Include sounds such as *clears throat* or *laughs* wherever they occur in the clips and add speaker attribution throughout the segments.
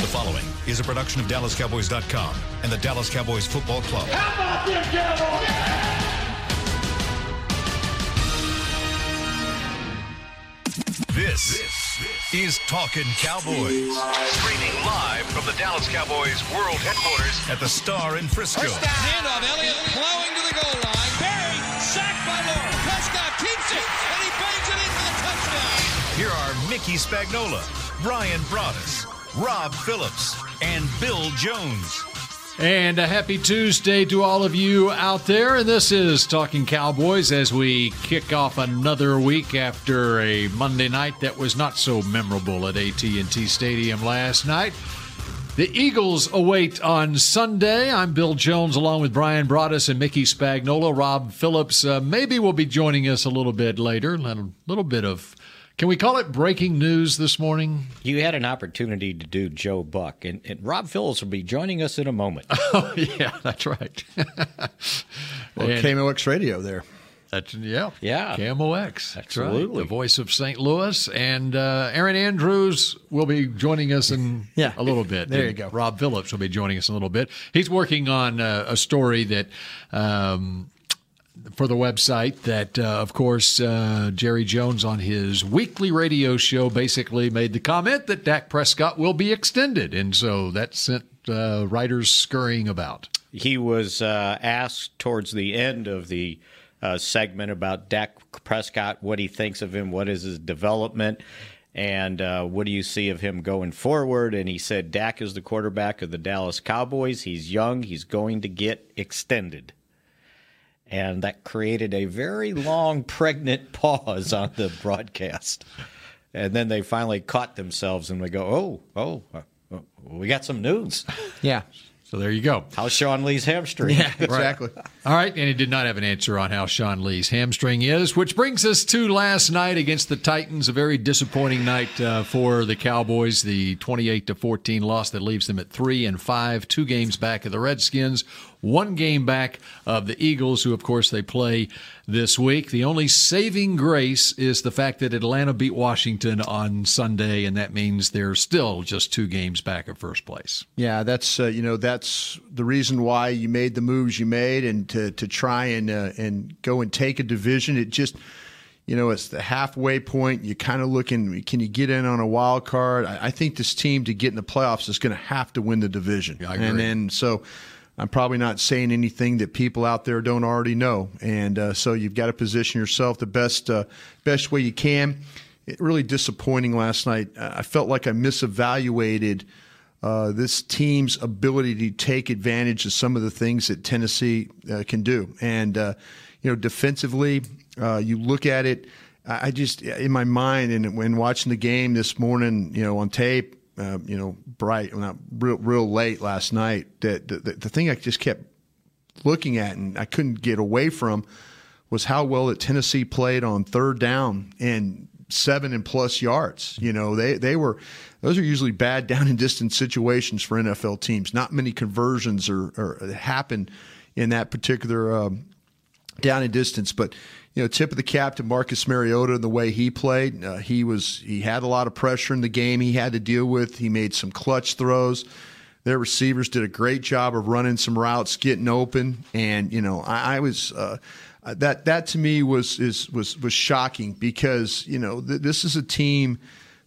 Speaker 1: The following is a production of DallasCowboys.com and the Dallas Cowboys Football Club.
Speaker 2: How about them Cowboys?
Speaker 1: This, is Talking Cowboys. Streaming live from the Dallas Cowboys World Headquarters at the Star in Frisco.
Speaker 3: Handoff, Elliott plowing to the goal line. Barry, sacked by Laura. Prescott keeps it, and he bangs it in for the touchdown.
Speaker 1: Here are Mickey Spagnola, Brian Broaddus, Rob Phillips, and Bill Jones.
Speaker 4: And a happy Tuesday to all of you out there. And this is Talking Cowboys as we kick off another week after a Monday night that was not so memorable at AT&T Stadium last night. The Eagles await on Sunday. I'm Bill Jones along with Brian Broaddus and Mickey Spagnola. Rob Phillips uh, maybe will be joining us a little bit later. A little, little bit of, can we call it breaking news this morning?
Speaker 5: You had an opportunity to do Joe Buck, and, and Rob Phillips will be joining us in a moment.
Speaker 4: *laughs* yeah, that's right.
Speaker 6: Well,
Speaker 4: And-
Speaker 6: KMOX Radio there.
Speaker 4: That's yeah,
Speaker 5: Yeah.
Speaker 4: Camo X, That's right.
Speaker 5: Absolutely.
Speaker 4: The voice of St. Louis, and uh, Aaron Andrews will be joining us in
Speaker 6: Yeah.
Speaker 4: a little bit.
Speaker 6: There you
Speaker 4: And
Speaker 6: go.
Speaker 4: Rob Phillips will be joining us in a little bit. He's working on uh, a story that. Um, for the website that, uh, of course, uh, Jerry Jones on his weekly radio show basically made the comment that Dak Prescott will be extended. And so that sent uh, writers scurrying about.
Speaker 5: he was uh, asked towards the end of the uh, segment about Dak Prescott, what he thinks of him, what is his development, and uh, what do you see of him going forward. And he said, Dak is the quarterback of the Dallas Cowboys. He's young, he's going to get extended. And that created a very long, pregnant *laughs* pause on the broadcast. And then they finally caught themselves and they go, oh, oh, uh, oh, we got some news.
Speaker 6: Yeah,
Speaker 4: So there you go.
Speaker 5: How's Sean Lee's hamstring?
Speaker 6: exactly.
Speaker 4: All right, and he did not have an answer on how Sean Lee's hamstring is, which brings us to last night against the Titans. A very disappointing night uh, for the Cowboys. The twenty-eight to fourteen loss that leaves them at three and five, two games back of the Redskins, one game back of the Eagles, who of course they play this week. The only saving grace is the fact that Atlanta beat Washington on Sunday, and that means they're still just two games back of first place.
Speaker 6: Yeah, that's uh, you know that's the reason why you made the moves you made, and to to try and uh, and go and take a division. It just you know it's the halfway point. You're kind of looking. Can you get in on a wild card? I, I think this team to get in the playoffs is going to have to win the division.
Speaker 4: I agree.
Speaker 6: And then so. I'm probably not saying anything that people out there don't already know, and uh, so you've got to position yourself the best uh, best way you can. It really disappointing last night. I I felt like I misevaluated uh, this team's ability to take advantage of some of the things that Tennessee uh, can do. And, uh, you know, defensively, uh, you look at it, I I just, in my mind, and when watching the game this morning, you know, on tape, uh, you know, bright, not real, real late last night, that the, the, the thing I just kept looking at and I couldn't get away from was how well that Tennessee played on third down and seven and plus yards. You know, they they were those are usually bad *laughs* down and distance situations for NFL teams. Not many conversions or, or happen in that particular um, down in distance, but you know, tip of the cap to Marcus Mariota and the way he played. Uh, he was he had a lot of pressure in the game he had to deal with. He made some clutch throws. Their receivers did a great job of running some routes, getting open, and you know, I, I was uh, uh, that that to me was is was was shocking because you know th- this is a team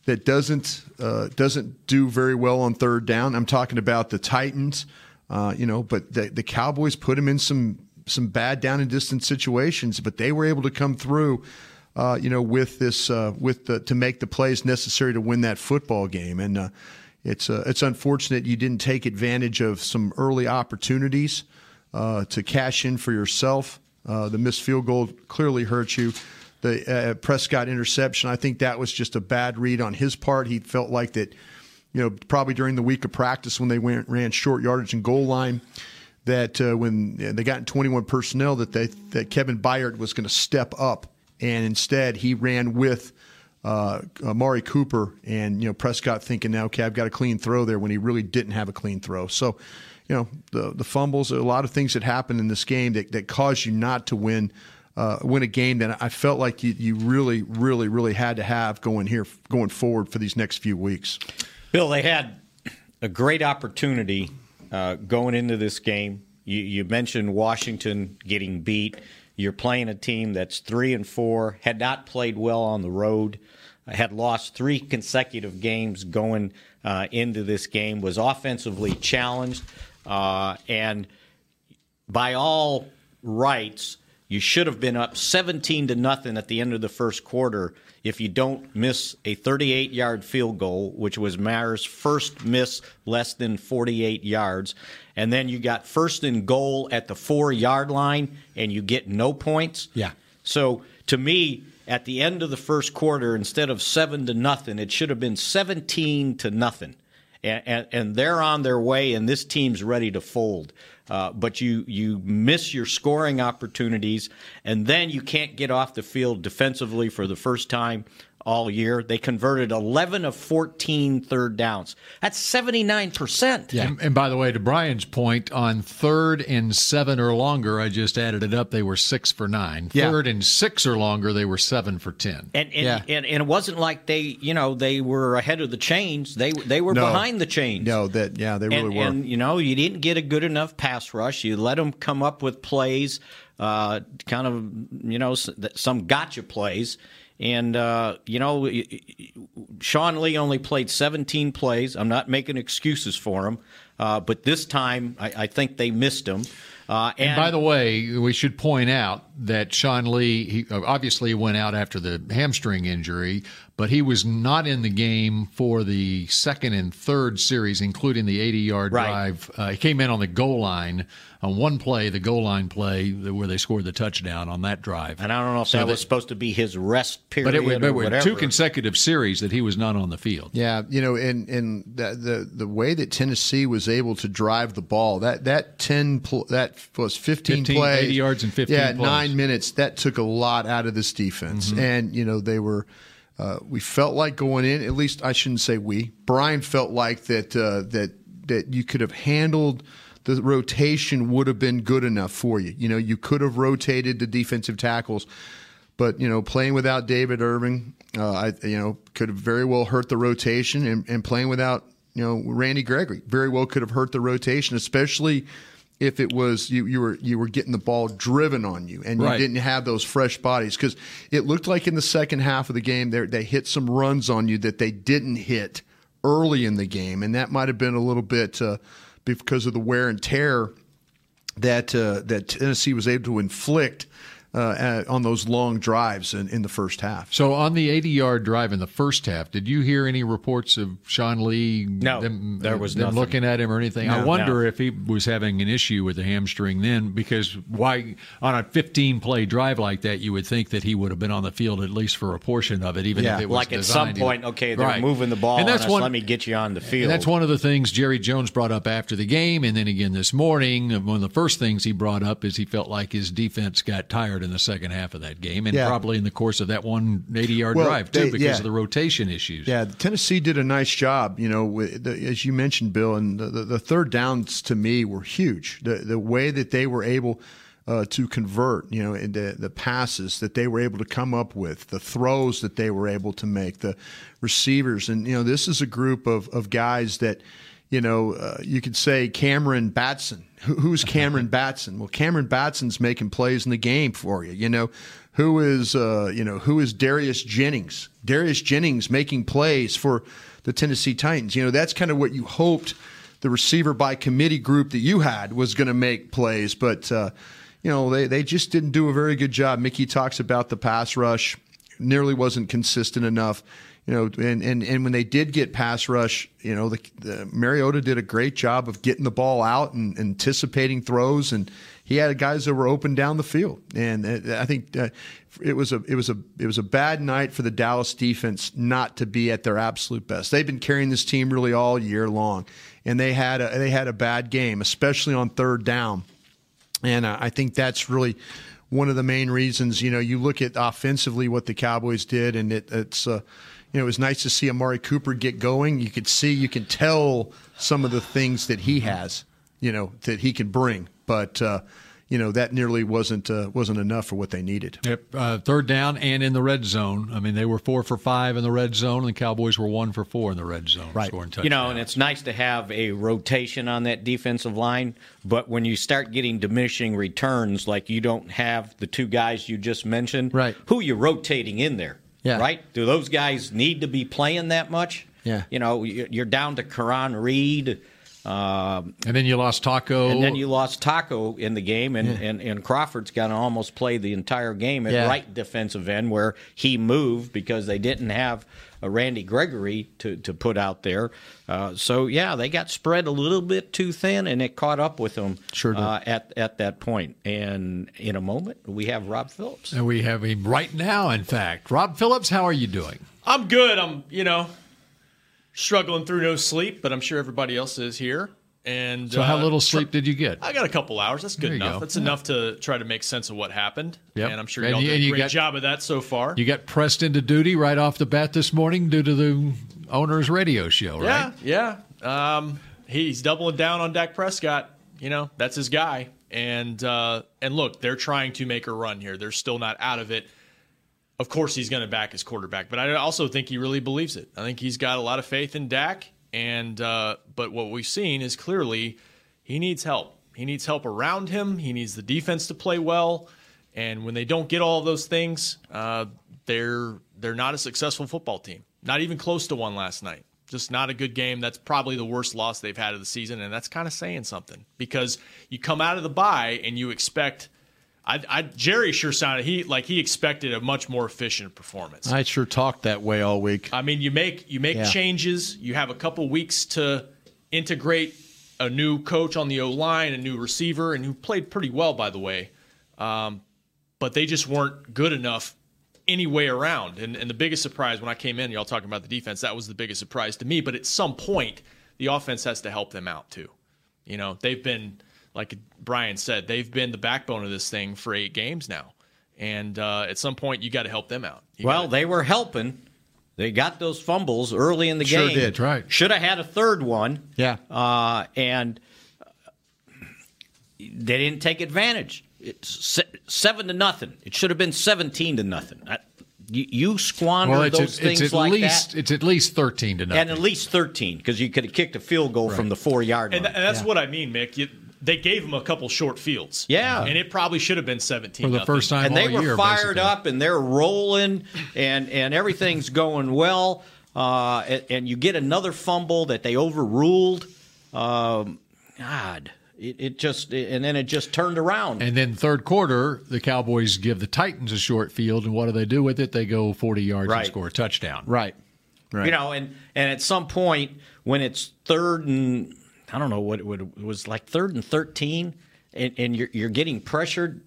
Speaker 6: that doesn't uh, doesn't do very well on third down. I'm talking about the Titans, uh, you know, but the, the Cowboys put them in some some bad down and distance situations, but they were able to come through. Uh, you know, with this, uh, with the, to make the plays necessary to win that football game, and uh, it's uh, it's unfortunate you didn't take advantage of some early opportunities uh, to cash in for yourself. Uh, the missed field goal clearly hurt you. The uh, Prescott interception, I think that was just a bad read on his part. He felt like that, you know, probably during the week of practice when they went, ran short yardage and goal line, that uh, when they got in 21 personnel, that they that Kevin Byard was going to step up, and instead he ran with uh, Amari Cooper and you know Prescott thinking now, okay, I've got a clean throw there when he really didn't have a clean throw. So, you know, the the fumbles, a lot of things that happened in this game that that caused you not to win. Uh, win a game that I felt like you, you really, really, really had to have going here, going forward for these next few weeks.
Speaker 5: Bill, they had a great opportunity uh, going into this game. You, you mentioned Washington getting beat. You're playing a team that's three and four, had not played well on the road, uh, had lost three consecutive games going uh, into this game, was offensively challenged, uh, and by all rights, you should have been up 17 to nothing at the end of the first quarter if you don't miss a 38 yard field goal, which was Mayer's first miss less than 48 yards. And then you got first and goal at the four yard line and you get no points.
Speaker 4: Yeah.
Speaker 5: So to me, at the end of the first quarter, instead of seven to nothing, it should have been 17 to nothing. And, and, and they're on their way, and this team's ready to fold. Uh, but you you miss your scoring opportunities, and then you can't get off the field defensively for the first time all year. They converted 11 of 14 third downs. That's 79%.
Speaker 4: Yeah. And, and by the way, to Brian's point, on third and seven or longer, I just added it up, they were six for nine.
Speaker 6: Yeah.
Speaker 4: Third and six or longer, they were seven for 10.
Speaker 5: And and,
Speaker 6: Yeah.
Speaker 5: and and it wasn't like they, you know, they were ahead of the chains. They they were
Speaker 6: No.
Speaker 5: behind the chains.
Speaker 6: No, that yeah, they really
Speaker 5: and,
Speaker 6: were.
Speaker 5: and, you know, you didn't get a good enough pass rush. You let them come up with plays, uh, kind of, you know, s- th- some gotcha plays. And uh, you know, y- y- Sean Lee only played 17 plays. I'm not making excuses for him, uh, but this time I, I think they missed him. Uh, and,
Speaker 4: And by the way, we should point out that Sean Lee he uh, obviously went out after the hamstring injury, but he was not in the game for the second and third series, including the 80 yard
Speaker 5: Right.
Speaker 4: drive. Uh, he came in on the goal line on one play, the goal line play where they scored the touchdown on that drive.
Speaker 5: and I don't know if
Speaker 4: So
Speaker 5: that
Speaker 4: they-
Speaker 5: was supposed to be his rest period
Speaker 4: But it was, but
Speaker 5: or
Speaker 4: it was two
Speaker 5: whatever.
Speaker 4: consecutive series that he was not on the field.
Speaker 6: Yeah, you know, and and the, the the way that Tennessee was able to drive the ball that that ten pl- that was fifteen,
Speaker 4: 15,
Speaker 6: plays,
Speaker 4: 80 yards in 15
Speaker 6: yeah,
Speaker 4: plays.
Speaker 6: nine minutes. That took a lot out of this defense, and you know they were. Uh, we felt like going in. At least I shouldn't say we. Brian felt like that uh, that that you could have handled. The rotation would have been good enough for you. You know, you could have rotated the defensive tackles. But you know, playing without David Irving, uh, I you know could have very well hurt the rotation, and, and playing without you know Randy Gregory very well could have hurt the rotation, especially if it was you you were you were getting the ball driven on you, and
Speaker 4: Right.
Speaker 6: you didn't have those fresh bodies because it looked like in the second half of the game they they hit some runs on you that they didn't hit early in the game, and that might have been a little bit uh, because of the wear and tear that uh, that Tennessee was able to inflict uh, uh, on those long drives in, in the first half.
Speaker 4: So on the 80 yard drive in the first half, did you hear any reports of Sean Lee?
Speaker 5: No, there was
Speaker 4: them
Speaker 5: nothing.
Speaker 4: looking at him or anything. I wonder if he was having an issue with the hamstring then, because why on a 15 play drive like that, you would think that he would have been on the field at least for a portion of it, even
Speaker 6: Yeah.
Speaker 4: if it was
Speaker 5: like at some
Speaker 4: designed to-
Speaker 5: point, okay, they're
Speaker 4: Right.
Speaker 5: moving the ball.
Speaker 4: and that's
Speaker 5: on us,
Speaker 4: one.
Speaker 5: Let me get you on the field.
Speaker 4: And that's one of the things Jerry Jones brought up after the game, and then again this morning. One of the first things he brought up is he felt like his defense got tired in the second half of that game, and
Speaker 6: Yeah.
Speaker 4: probably in the course of that one 80 yard
Speaker 6: Well,
Speaker 4: drive too,
Speaker 6: they-
Speaker 4: because
Speaker 6: yeah.
Speaker 4: of the rotation issues.
Speaker 6: Yeah, Tennessee did a nice job, you know, with the, as you mentioned, Bill, and the, the, the third downs to me were huge. The the way that they were able uh, to convert, you know, and the the passes that they were able to come up with, the throws that they were able to make, the receivers, and you know, this is a group of of guys that. You know, uh, you could say Cameron Batson. Who, who's Cameron Batson? Well, Cameron Batson's making plays in the game for you. You know, who is uh, you know who is Darius Jennings? Darius Jennings making plays for the Tennessee Titans. You know that's kind of what you hoped the receiver by committee group that you had was going to make plays, but uh, you know they they just didn't do a very good job. Mickey talks about the pass rush nearly wasn't consistent enough. You know, and, and, and when they did get pass rush, you know, the, the Mariota did a great job of getting the ball out and anticipating throws, and he had guys that were open down the field. And uh, I think uh, it was a it was a it was a bad night for the Dallas defense not to be at their absolute best. They've been carrying this team really all year long, and they had a, they had a bad game, especially on third down. And uh, I think that's really one of the main reasons. You know, you look at offensively what the Cowboys did, and it, it's uh, you know it was nice to see Amari Cooper get going. You could see, you can tell some of the things that he has, you know, that he can bring. But uh, you know that nearly wasn't uh, wasn't enough for what they needed.
Speaker 4: Yep. Uh, third down and in the red zone. I mean, they were four for five in the red zone, and the Cowboys were one for four in the red zone,
Speaker 6: Right.
Speaker 4: scoring touchdowns.
Speaker 5: You know, and it's nice to have a rotation on that defensive line, but when you start getting diminishing returns, like you don't have the two guys you just mentioned,
Speaker 4: Right.
Speaker 5: Who you rotating in there,
Speaker 4: Yeah.
Speaker 5: Right? Do those guys need to be playing that much?
Speaker 4: Yeah.
Speaker 5: You know, you- you're down to Karan Reed, um,
Speaker 4: and then you lost Taco.
Speaker 6: Oh.
Speaker 5: and then you lost Taco in the game, and and, and Crawford's going to almost play the entire game at
Speaker 4: Yeah.
Speaker 5: right defensive end, where he moved because they didn't have a Randy Gregory to to put out there. Uh, so yeah, they got spread a little bit too thin, and it caught up with them
Speaker 6: Sure did.
Speaker 5: uh, at at that point. And in a moment, we have Rob Phillips.
Speaker 4: And we have him right now, in fact. Rob Phillips, how are you doing?
Speaker 2: I'm good. I'm, you know, struggling through no sleep, but I'm sure everybody else is here. And
Speaker 4: So, how
Speaker 2: uh,
Speaker 4: little sleep did you get?
Speaker 2: I got a couple hours. That's good
Speaker 4: There you
Speaker 2: enough.
Speaker 4: go.
Speaker 2: That's enough to try to make sense of what happened.
Speaker 4: Yep.
Speaker 2: And I'm sure
Speaker 4: And
Speaker 2: y'all
Speaker 4: you-
Speaker 2: did
Speaker 4: and
Speaker 2: a
Speaker 4: you
Speaker 2: great
Speaker 4: got-
Speaker 2: job of that so far.
Speaker 4: You got pressed into duty right off the bat this morning due to the owner's radio show, right?
Speaker 2: Yeah, yeah. Um, he's doubling down on Dak Prescott. You know, that's his guy. And uh, and look, they're trying to make a run here. They're still not out of it. Of course, he's going to back his quarterback, but I also think he really believes it. I think he's got a lot of faith in Dak. And uh, but what we've seen is clearly he needs help. He needs help around him. He needs the defense to play well. And when they don't get all of those things, uh, they're they're not a successful football team. Not even close to one last night. Just not a good game. That's probably the worst loss they've had of the season, and that's kind of saying something because you come out of the bye and you expect. I, I Jerry sure sounded he like he expected a much more efficient performance.
Speaker 6: I sure talked that way all week.
Speaker 2: I mean, you make you make changes. You have a couple weeks to integrate a new coach on the O line, a new receiver, and who played pretty well, by the way. Um, but they just weren't good enough any way around. And, and the biggest surprise when I came in, y'all talking about the defense, that was the biggest surprise to me. But at some point, the offense has to help them out too. You know, they've been like Brian said, they've been the backbone of this thing for eight games now. And uh, at some point, you got to help them out. You
Speaker 5: Well,
Speaker 2: gotta-
Speaker 5: they were helping. They got those fumbles early in the
Speaker 6: Sure
Speaker 5: game.
Speaker 6: did,
Speaker 4: right.
Speaker 5: Should have had a third one.
Speaker 6: Yeah.
Speaker 5: Uh, and they didn't take advantage. It's se- seven to nothing. It should have been seventeen to nothing. I, you, you squander
Speaker 4: Well, it's,
Speaker 5: those
Speaker 4: at-
Speaker 5: things
Speaker 4: it's at
Speaker 5: like
Speaker 4: least
Speaker 5: that,
Speaker 4: it's at least thirteen to nothing.
Speaker 5: and at least thirteen because you could have kicked a field goal from the four yard line.
Speaker 2: And, and that's what I mean, Mick. You, they gave him a couple short fields.
Speaker 5: Yeah.
Speaker 2: And it probably should have been 17.
Speaker 4: for the
Speaker 2: nothing.
Speaker 4: first time
Speaker 5: and they
Speaker 4: all
Speaker 5: were
Speaker 4: year,
Speaker 5: fired
Speaker 4: basically.
Speaker 5: up and they're rolling and and everything's going well uh, and, and you get another fumble that they overruled um, god it, it just and then it just turned around
Speaker 4: And then third quarter, the Cowboys give the Titans a short field, and what do they do with it? They go forty yards and
Speaker 5: Right.
Speaker 4: score a touchdown.
Speaker 6: Right. Right.
Speaker 5: you know and and at some point when it's third and i don't know what it, would, it was like third and 13 and, and you're, you're getting pressured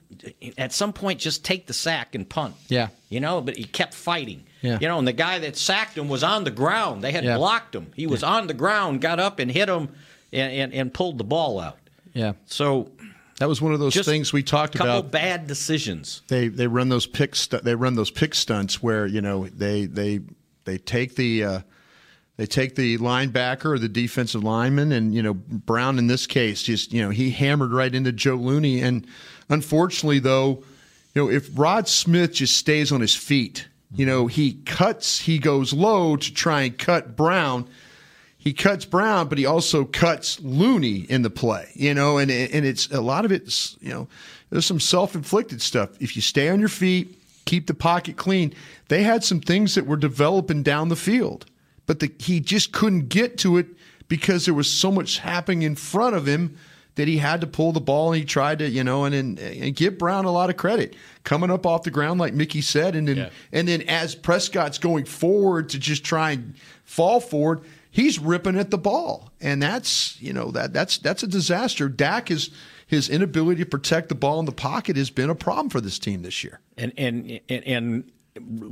Speaker 5: at some point just take the sack and punt
Speaker 6: Yeah.
Speaker 5: you know but he kept fighting
Speaker 6: Yeah.
Speaker 5: you know and the guy that sacked him was on the ground they had
Speaker 6: Yeah.
Speaker 5: blocked him he was on the ground got up and hit him and, and, and pulled the ball out
Speaker 6: Yeah.
Speaker 5: so
Speaker 6: That was one of those
Speaker 5: just
Speaker 6: things we talked
Speaker 5: a couple
Speaker 6: about.
Speaker 5: bad decisions
Speaker 6: they they run those pick stu- they run those pick stunts where you know they they they take the uh, they take the linebacker or the defensive lineman and you know Brown in this case just you know he hammered right into Joe Looney and unfortunately though you know if Rod Smith just stays on his feet you know he cuts he goes low to try and cut Brown he cuts Brown, but he also cuts Looney in the play, you know, and and it's a lot of it's you know there's some self inflicted stuff. If you stay on your feet, keep the pocket clean. They had some things that were developing down the field, but the, he just couldn't get to it because there was so much happening in front of him that he had to pull the ball and he tried to you know and and, and give Brown a lot of credit coming up off the ground like Mickey said and then
Speaker 2: Yeah.
Speaker 6: and then as Prescott's going forward to just try and fall forward he's ripping at the ball and that's you know that that's that's a disaster Dak is his inability to protect the ball in the pocket has been a problem for this team this year
Speaker 5: and and and, and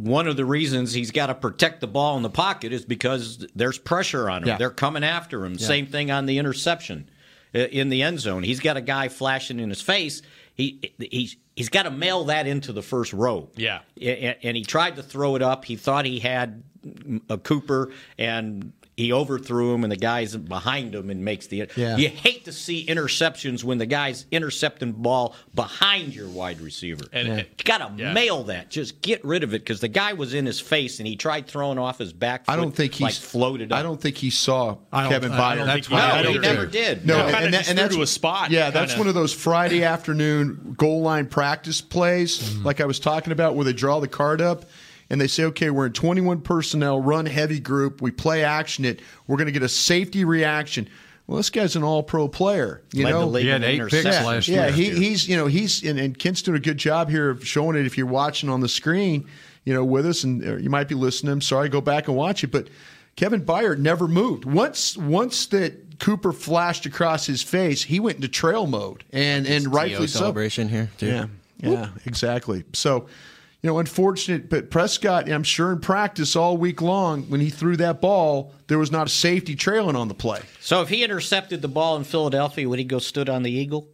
Speaker 5: one of the reasons he's got to protect the ball in the pocket is because there's pressure on him.
Speaker 6: Yeah.
Speaker 5: They're coming after him. Same thing on the interception uh, in the end zone. He's got a guy flashing in his face. He he's he's got to mail that into the first row.
Speaker 2: Yeah.
Speaker 5: A- a- and he tried to throw it up. He thought he had a Cooper and. he- he overthrew him, and the guy's behind him and makes the.
Speaker 7: Yeah.
Speaker 5: You hate to see interceptions when the guy's intercepting ball behind your wide receiver.
Speaker 2: And- Yeah.
Speaker 5: you gotta
Speaker 2: Yeah.
Speaker 5: mail that. Just get rid of it because the guy was in his face and he tried throwing off his back.
Speaker 6: I
Speaker 5: foot,
Speaker 6: don't think he's
Speaker 5: like floated. Up.
Speaker 6: I don't think he saw Kevin
Speaker 4: I
Speaker 6: Byard.
Speaker 4: don't
Speaker 2: That's
Speaker 4: think
Speaker 2: why
Speaker 5: No,
Speaker 2: I
Speaker 5: he
Speaker 2: don't
Speaker 5: never
Speaker 2: do.
Speaker 5: did.
Speaker 6: No,
Speaker 2: No,
Speaker 6: and,
Speaker 2: kinda
Speaker 6: and that-
Speaker 2: just
Speaker 6: and
Speaker 2: threw
Speaker 6: that's
Speaker 2: to a spot,
Speaker 6: Yeah, that's
Speaker 2: kinda.
Speaker 6: one of those Friday afternoon goal line practice plays, like I was talking about, where they draw the card up and they say, "Okay, we're in 21 personnel, run heavy group. We play action it. We're going to get a safety reaction." Well, this guy's an All-Pro player. You
Speaker 5: Led the
Speaker 6: know,
Speaker 5: league
Speaker 4: He had
Speaker 5: in
Speaker 4: eight picks
Speaker 5: interceptions.
Speaker 4: last
Speaker 6: yeah,
Speaker 4: year.
Speaker 6: he, he's you know he's and, and Kent's doing a good job here of showing it. If you're watching on the screen, you know with us, and or you might be listening. I'm sorry, go back and watch it. But Kevin Byard never moved. Once once that Cooper flashed across his face, he went into trail mode, and and rightfully so.
Speaker 7: celebration here. Too.
Speaker 6: Yeah, yeah, exactly. So. You know, unfortunate, but Prescott, I'm sure in practice all week long, when he threw that ball, there was not a safety trailing on the play.
Speaker 5: So if he intercepted the ball in Philadelphia, would he go stood on the eagle?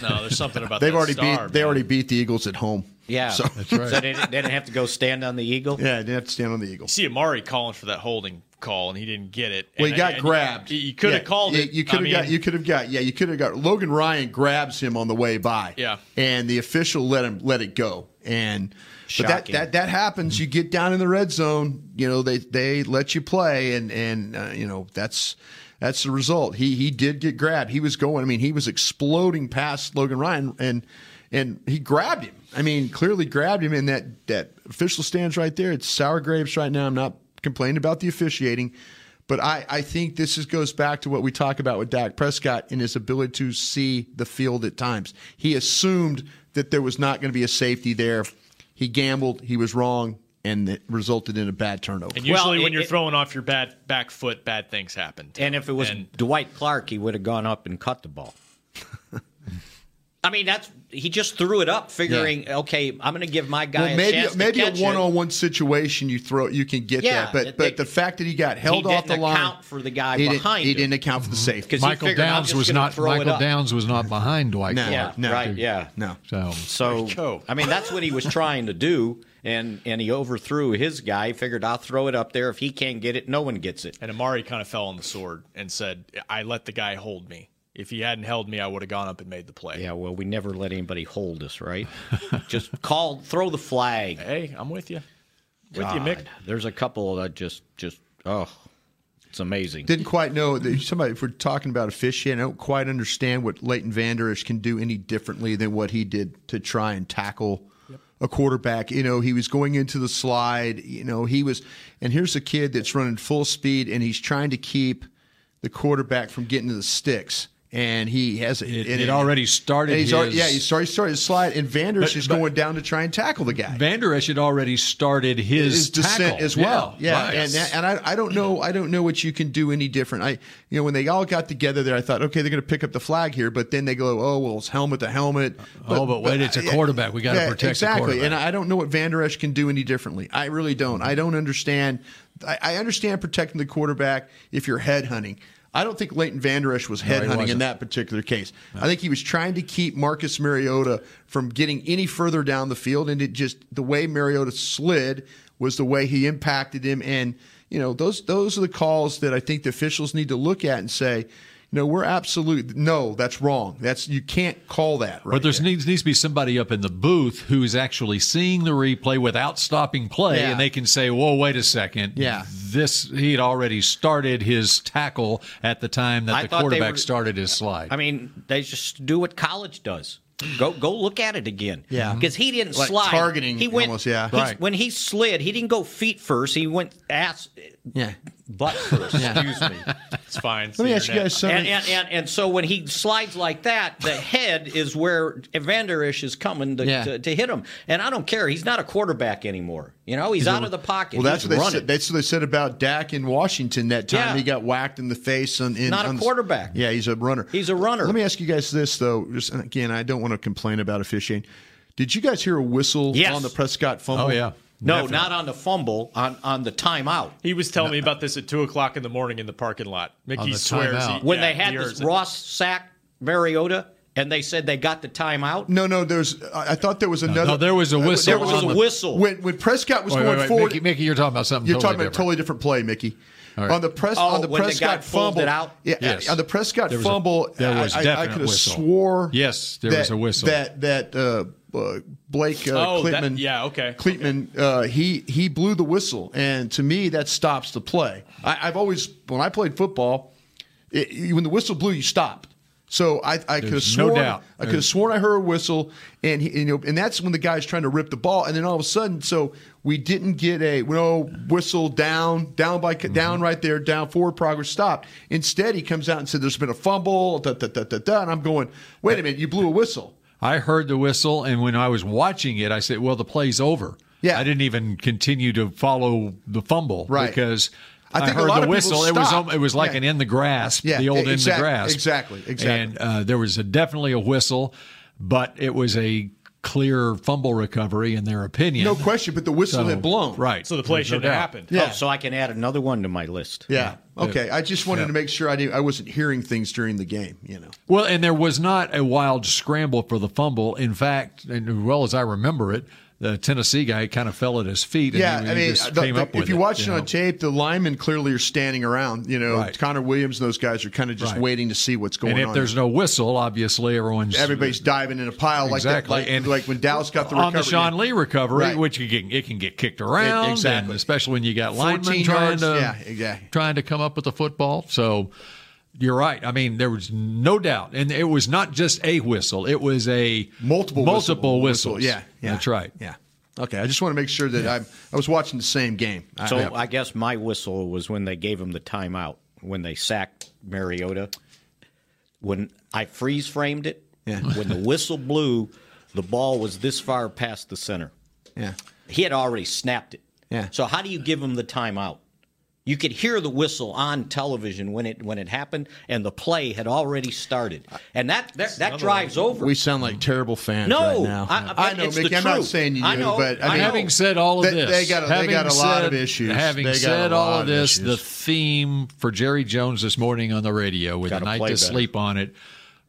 Speaker 2: No, there's something
Speaker 6: *laughs*
Speaker 2: about
Speaker 6: They've
Speaker 2: that
Speaker 6: already
Speaker 2: star,
Speaker 6: beat they
Speaker 2: man.
Speaker 6: already beat the Eagles at home.
Speaker 5: Yeah.
Speaker 6: So,
Speaker 5: So they didn't, they didn't have to go stand on the eagle.
Speaker 6: yeah, they have to stand on the Eagles.
Speaker 2: see Amari calling for that holding call, and he didn't get it.
Speaker 6: Well, he
Speaker 2: And-
Speaker 6: got
Speaker 2: and
Speaker 6: grabbed.
Speaker 2: You, you could have
Speaker 6: Yeah,
Speaker 2: called
Speaker 6: you,
Speaker 2: it.
Speaker 6: You could have
Speaker 2: I
Speaker 6: got.
Speaker 2: mean,
Speaker 6: You could have got. Yeah, you could have got. Logan Ryan grabs him on the way by.
Speaker 2: Yeah.
Speaker 6: and the official let him let it go. And but that,
Speaker 5: Shocking.
Speaker 6: that that happens. You get down in the red zone. You know they they let you play, and and uh, you know that's. That's the result. He he did get grabbed. He was going. I mean, he was exploding past Logan Ryan, and and he grabbed him. I mean, clearly grabbed him. And that that official stands right there. It's sour grapes right now. I'm not complaining about the officiating, but I, I think this is, goes back to what we talk about with Dak Prescott and his ability to see the field at times. He assumed that there was not going to be a safety there. He gambled. He was wrong, and it resulted in a bad turnover.
Speaker 2: and usually
Speaker 5: Well,
Speaker 2: when
Speaker 5: it-
Speaker 2: you're
Speaker 5: it-
Speaker 2: throwing off your bad back foot, bad things happen.
Speaker 5: And if it was
Speaker 2: And-
Speaker 5: Dwight Clark, he would have gone up and cut the
Speaker 6: *laughs*
Speaker 5: ball. I mean, that's he just threw it up, figuring, okay, I'm going to give my guy
Speaker 6: Well,
Speaker 5: a
Speaker 6: maybe
Speaker 5: chance
Speaker 6: maybe
Speaker 5: to
Speaker 6: a
Speaker 5: catch it.
Speaker 6: one-on-one situation you throw you can get
Speaker 5: Yeah,
Speaker 6: that, but
Speaker 5: they-
Speaker 6: but the fact that he got held
Speaker 5: He
Speaker 6: off the
Speaker 5: didn't
Speaker 6: line
Speaker 5: account for the guy
Speaker 6: he didn't-
Speaker 5: behind
Speaker 6: he
Speaker 5: him. Mm-hmm.
Speaker 6: didn't account for the safety.
Speaker 5: 'Cause he
Speaker 4: Michael
Speaker 5: figured, I'm
Speaker 4: Downs
Speaker 5: just
Speaker 4: was
Speaker 5: gonna
Speaker 4: not
Speaker 5: throw it
Speaker 4: Michael
Speaker 5: up.
Speaker 4: Downs was not behind Dwight.
Speaker 6: No,
Speaker 4: Clark.
Speaker 5: Yeah,
Speaker 6: no,
Speaker 5: right, yeah.
Speaker 6: no.
Speaker 4: So
Speaker 5: So I mean, that's what he was trying to do, and and he overthrew his guy. Figured I'll throw it up there. If he can't get it, no one gets it.
Speaker 2: And Amari kind of fell on the sword and said, I let the guy hold me. If he hadn't held me, I would have gone up and made the play.
Speaker 5: Yeah, well, we never let anybody hold us,
Speaker 6: *laughs*
Speaker 5: right? just call, throw the flag.
Speaker 2: Hey, I'm with you. With you, Mick.
Speaker 5: God, There's a couple that just, just, oh, it's amazing.
Speaker 6: Didn't quite know that somebody. If we're talking about officiating, I don't quite understand what Leighton Vanderish can do any differently than what he did to try and tackle a quarterback. You know, he was going into the slide. You know, he was, and here's a kid that's running full speed, and he's trying to keep the quarterback from getting to the sticks. And he has
Speaker 4: It-
Speaker 6: and
Speaker 4: it already started
Speaker 6: and he's already-
Speaker 4: his-
Speaker 6: yeah, he's already started his slide, and Vanderish
Speaker 4: But-
Speaker 6: is
Speaker 4: but-
Speaker 6: going down to try and tackle the guy
Speaker 4: Vander Esch had already started his,
Speaker 6: his descent
Speaker 4: tackle.
Speaker 6: as well. Yeah,
Speaker 4: right.
Speaker 6: and that- and I, I don't know I don't know what you can do any different. I you know when they all got together there, I thought okay they're going to pick up the flag here, but then they go oh well it's helmet to helmet.
Speaker 4: Oh, but wait, it's a quarterback. We gotta protect the
Speaker 6: exactly. And
Speaker 4: quarterback.
Speaker 6: I don't know what Van Der Esch can do any differently. I really don't. I don't understand. I, I understand protecting the quarterback if you're headhunting. I don't think Leighton Vander Esch was headhunting in
Speaker 4: wasn't.
Speaker 6: that particular case. I think he was trying to keep Marcus Mariota from getting any further down the field, and it just the way Mariota slid was the way he impacted him. And you know those those are the calls that I think the officials need to look at and say, you know, we're absolute no, that's wrong. That's you can't call that. Right
Speaker 4: But there's
Speaker 6: there.
Speaker 4: needs needs to be somebody up in the booth who is actually seeing the replay without stopping play,
Speaker 6: Yeah.
Speaker 4: and they can say, "Whoa, wait a second!
Speaker 6: Yeah.
Speaker 4: this he had already started his tackle at the time that
Speaker 5: I
Speaker 4: the
Speaker 5: thought they
Speaker 4: quarterback
Speaker 5: were-
Speaker 4: started his slide."
Speaker 5: I mean, they just do what college does. Go go look at it again.
Speaker 6: Yeah.
Speaker 5: because he didn't
Speaker 6: Like
Speaker 5: slide.
Speaker 6: targeting
Speaker 5: He went.
Speaker 6: almost, yeah.
Speaker 5: he-
Speaker 6: Right.
Speaker 5: When he slid, he didn't go feet first. He went ass,
Speaker 6: Yeah.
Speaker 5: butt first. Excuse me.
Speaker 2: It's fine. It's
Speaker 6: Let
Speaker 2: the
Speaker 6: me ask you
Speaker 2: internet.
Speaker 6: guys something.
Speaker 5: And, and, and, and so when he slides like that, the head is where Evanderish is coming to,
Speaker 7: Yeah.
Speaker 5: to, to hit him. And I don't care. He's not a quarterback anymore. You know, he's, out of the pocket.
Speaker 6: Well, that's
Speaker 5: He's
Speaker 6: what they
Speaker 5: running.
Speaker 6: said. That's what they said about Dak in Washington that time
Speaker 5: Yeah.
Speaker 6: he got whacked in the face. On, in,
Speaker 5: Not a
Speaker 6: on-
Speaker 5: quarterback.
Speaker 6: Yeah, he's a runner.
Speaker 5: He's a runner.
Speaker 6: Let me ask you guys this though. Just and again, I don't want to complain about officiating. Did you guys hear a whistle
Speaker 5: Yes.
Speaker 6: on the Prescott fumble?
Speaker 4: oh yeah,
Speaker 5: no, not on the fumble, on, on the timeout.
Speaker 2: He was telling me about this at 2 o'clock in the morning in the parking lot. Mickey
Speaker 4: the
Speaker 2: swears. He,
Speaker 4: timeout.
Speaker 5: When
Speaker 2: yeah,
Speaker 5: they had
Speaker 2: he
Speaker 5: this
Speaker 2: hears it.
Speaker 5: Ross sack Mariota and they said they got the timeout,
Speaker 6: No, no. There's. I I thought there was another.
Speaker 4: no, there was a whistle
Speaker 5: there was
Speaker 4: on
Speaker 5: a
Speaker 4: the-
Speaker 5: whistle.
Speaker 6: When when Prescott was
Speaker 4: Wait,
Speaker 6: going
Speaker 4: wait, wait,
Speaker 6: forward,
Speaker 4: Mickey, Mickey, you're talking about something.
Speaker 6: you're
Speaker 4: totally
Speaker 6: talking about a
Speaker 4: different.
Speaker 6: totally different play, Mickey.
Speaker 4: right.
Speaker 6: On the press
Speaker 5: Oh,
Speaker 6: on the
Speaker 5: when the guy
Speaker 6: Prescott
Speaker 5: pulled
Speaker 6: fumble,
Speaker 5: it out?
Speaker 6: Yeah,
Speaker 4: Yes.
Speaker 6: on the Prescott
Speaker 4: There was a-
Speaker 6: fumble,
Speaker 4: there was
Speaker 6: I, I, I
Speaker 4: definite
Speaker 6: could have
Speaker 4: whistle.
Speaker 6: swore.
Speaker 4: Yes, there
Speaker 6: that,
Speaker 4: was a whistle.
Speaker 6: That that uh, uh, Blake uh,
Speaker 2: Oh, that-
Speaker 6: Klitman,
Speaker 2: yeah, okay.
Speaker 6: Kleitman, uh, he he blew the whistle, and to me that stops the play. I, I've always when I played football, it, you- when the whistle blew, you stopped. So I, I could have
Speaker 4: There's no
Speaker 6: sworn
Speaker 4: doubt.
Speaker 6: I could have sworn I heard a whistle, and he, and, you know, and that's when the guy's trying to rip the ball, and then all of a sudden, so we didn't get a you know, whistle down, down by
Speaker 4: Mm-hmm.
Speaker 6: down right there, down forward progress stopped. Instead, he comes out and said, "There's been a fumble," da, da, da, da, da, and I'm going, "Wait a minute, you blew a whistle."
Speaker 4: I heard the whistle, and when I was watching it, I said, "Well, the play's over."
Speaker 6: Yeah.
Speaker 4: I didn't even continue to follow the fumble,
Speaker 6: Right.
Speaker 4: Because
Speaker 6: I
Speaker 4: I,
Speaker 6: think a
Speaker 4: heard
Speaker 6: lot of
Speaker 4: the
Speaker 6: people
Speaker 4: whistle. It was
Speaker 6: stopped.
Speaker 4: it was like
Speaker 6: Yeah.
Speaker 4: an in the grasp,
Speaker 6: Yeah,
Speaker 4: the old in
Speaker 6: exact-
Speaker 4: the grasp,
Speaker 6: exactly,
Speaker 4: And
Speaker 6: exactly.
Speaker 4: uh, there was a, definitely a whistle, but it was a clear fumble recovery in their opinion.
Speaker 6: No question, but the whistle
Speaker 4: So-
Speaker 6: had blown.
Speaker 4: Right.
Speaker 2: So the play
Speaker 4: There's no
Speaker 2: shouldn't
Speaker 4: doubt.
Speaker 2: have happened.
Speaker 6: Yeah.
Speaker 5: Oh, so I can add another one to my list.
Speaker 6: Yeah. Okay. I just wanted
Speaker 4: Yeah.
Speaker 6: to make sure I didn't, I wasn't hearing things during the game. You know.
Speaker 4: Well, and there was not a wild scramble for the fumble. In fact, and as well as I remember it, the Tennessee guy kind of fell at his feet. And
Speaker 6: Yeah.
Speaker 4: he,
Speaker 6: I
Speaker 4: he
Speaker 6: mean,
Speaker 4: just
Speaker 6: the-
Speaker 4: came
Speaker 6: the-
Speaker 4: up with
Speaker 6: if you
Speaker 4: it,
Speaker 6: watch it
Speaker 4: you
Speaker 6: on
Speaker 4: know.
Speaker 6: tape, the linemen clearly are standing around. You know,
Speaker 4: Right.
Speaker 6: Connor Williams and those guys are kind of just
Speaker 4: Right.
Speaker 6: waiting to see what's going
Speaker 4: and if
Speaker 6: on.
Speaker 4: there's no whistle, obviously everyone's
Speaker 6: Everybody's diving in a pile
Speaker 4: exactly
Speaker 6: like that, like,
Speaker 4: and
Speaker 6: like when Dallas got the
Speaker 4: on
Speaker 6: recovery.
Speaker 4: the Sean Lee recovery,
Speaker 6: Right.
Speaker 4: which you get, it can get kicked around, and
Speaker 6: exactly.
Speaker 4: especially when you got linemen
Speaker 6: 14
Speaker 4: trying
Speaker 6: yards,
Speaker 4: to
Speaker 6: yeah, exactly.
Speaker 4: trying to come up with the football. So you're right. I mean, there was no doubt, and it was not just a whistle; it was a
Speaker 6: multiple
Speaker 4: multiple
Speaker 6: whistle.
Speaker 4: whistles.
Speaker 6: Yeah, yeah.
Speaker 4: that's right.
Speaker 6: Yeah. Okay. I just want to make sure that I'm I was watching the same game. I-
Speaker 5: So
Speaker 6: I-
Speaker 5: I guess my whistle was when they gave him the timeout when they sacked Mariota. When I freeze framed it,
Speaker 6: Yeah.
Speaker 5: when the whistle blew, the ball was this far past the center.
Speaker 6: yeah.
Speaker 5: He had already snapped it.
Speaker 6: Yeah.
Speaker 5: So how do you give him the timeout? You could hear the whistle on television when it when it happened, and the play had already started, and that that, that drives over.
Speaker 6: We sound like terrible fans
Speaker 5: No,
Speaker 6: right now.
Speaker 5: I- I-
Speaker 6: know,
Speaker 5: it's
Speaker 6: Mickey.
Speaker 5: the
Speaker 6: I'm not
Speaker 5: truth.
Speaker 6: saying you
Speaker 5: I
Speaker 6: do,
Speaker 5: know,
Speaker 6: but I
Speaker 5: I
Speaker 6: mean,
Speaker 5: know.
Speaker 4: Having said all of
Speaker 6: They-
Speaker 4: this,
Speaker 6: they got a- they
Speaker 4: having
Speaker 6: got a lot of issues.
Speaker 4: Having
Speaker 6: They got
Speaker 4: said
Speaker 6: a
Speaker 4: all
Speaker 6: lot
Speaker 4: of
Speaker 6: of
Speaker 4: this, the
Speaker 6: issues.
Speaker 4: theme for Jerry Jones this morning on the radio with
Speaker 5: Gotta
Speaker 4: a night to
Speaker 5: play better.
Speaker 4: sleep on it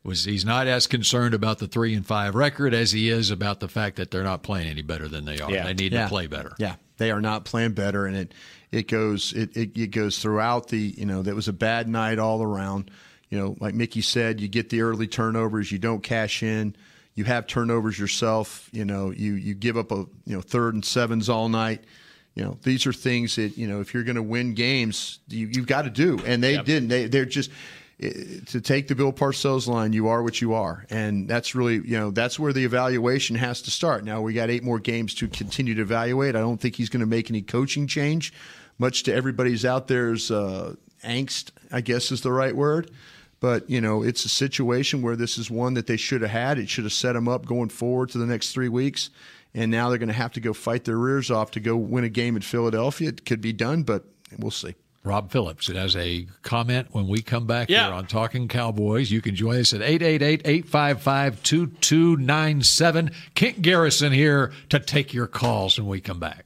Speaker 4: was he's not as concerned about the three and five record as he is about the fact that they're not playing any better than they are.
Speaker 5: Yeah.
Speaker 4: They need
Speaker 6: Yeah.
Speaker 4: to play better.
Speaker 6: Yeah, they are not playing better, and it it goes it, it it goes throughout the you know that was a bad night all around. You know, like Mickey said, you get the early turnovers, you don't cash in, you have turnovers yourself. You know, you you give up a you know third and sevens all night. You know, these are things that you know if you're going to win games, you you've got to do, and they didn't. They they're just eh, to take the Bill Parcells line, you are what you are, and that's really you know that's where the evaluation has to start. Now we got eight more games to continue to evaluate. I don't think he's going to make any coaching change, much to everybody's out there's uh, angst, I guess is the right word. But you know it's a situation where this is one that they should have had. It should have set them up going forward to the next three weeks, and now they're going to have to go fight their rears off to go win a game in Philadelphia. It could be done, but we'll see.
Speaker 4: Rob Phillips it has a comment when we come back
Speaker 2: Yeah.
Speaker 4: here on Talking Cowboys. You can join us at 888-855-2297. Kent Garrison here to take your calls when we come back.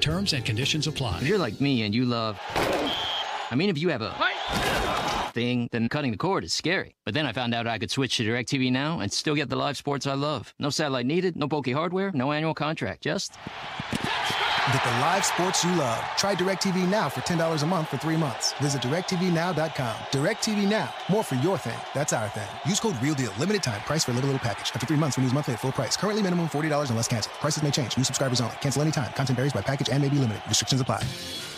Speaker 7: Terms and conditions apply.
Speaker 8: If you're like me and you love. I mean, if you have a. Thing, then cutting the cord is scary. But then I found out I could switch to DirecTV Now and still get the live sports I love. No satellite needed, no bulky hardware, no annual contract, just.
Speaker 9: Get the live sports you love. Try DirecTV Now for $10 a month for three months. Visit DirecTVNow.com. DirecTV Now. More for your thing. That's our thing. Use code REALDEAL. Limited time. Price for a little, little package. After three months, renews monthly at full price. Currently minimum $40 unless canceled. Prices may change. New subscribers only. Cancel anytime. Content varies by package and may be limited. Restrictions apply.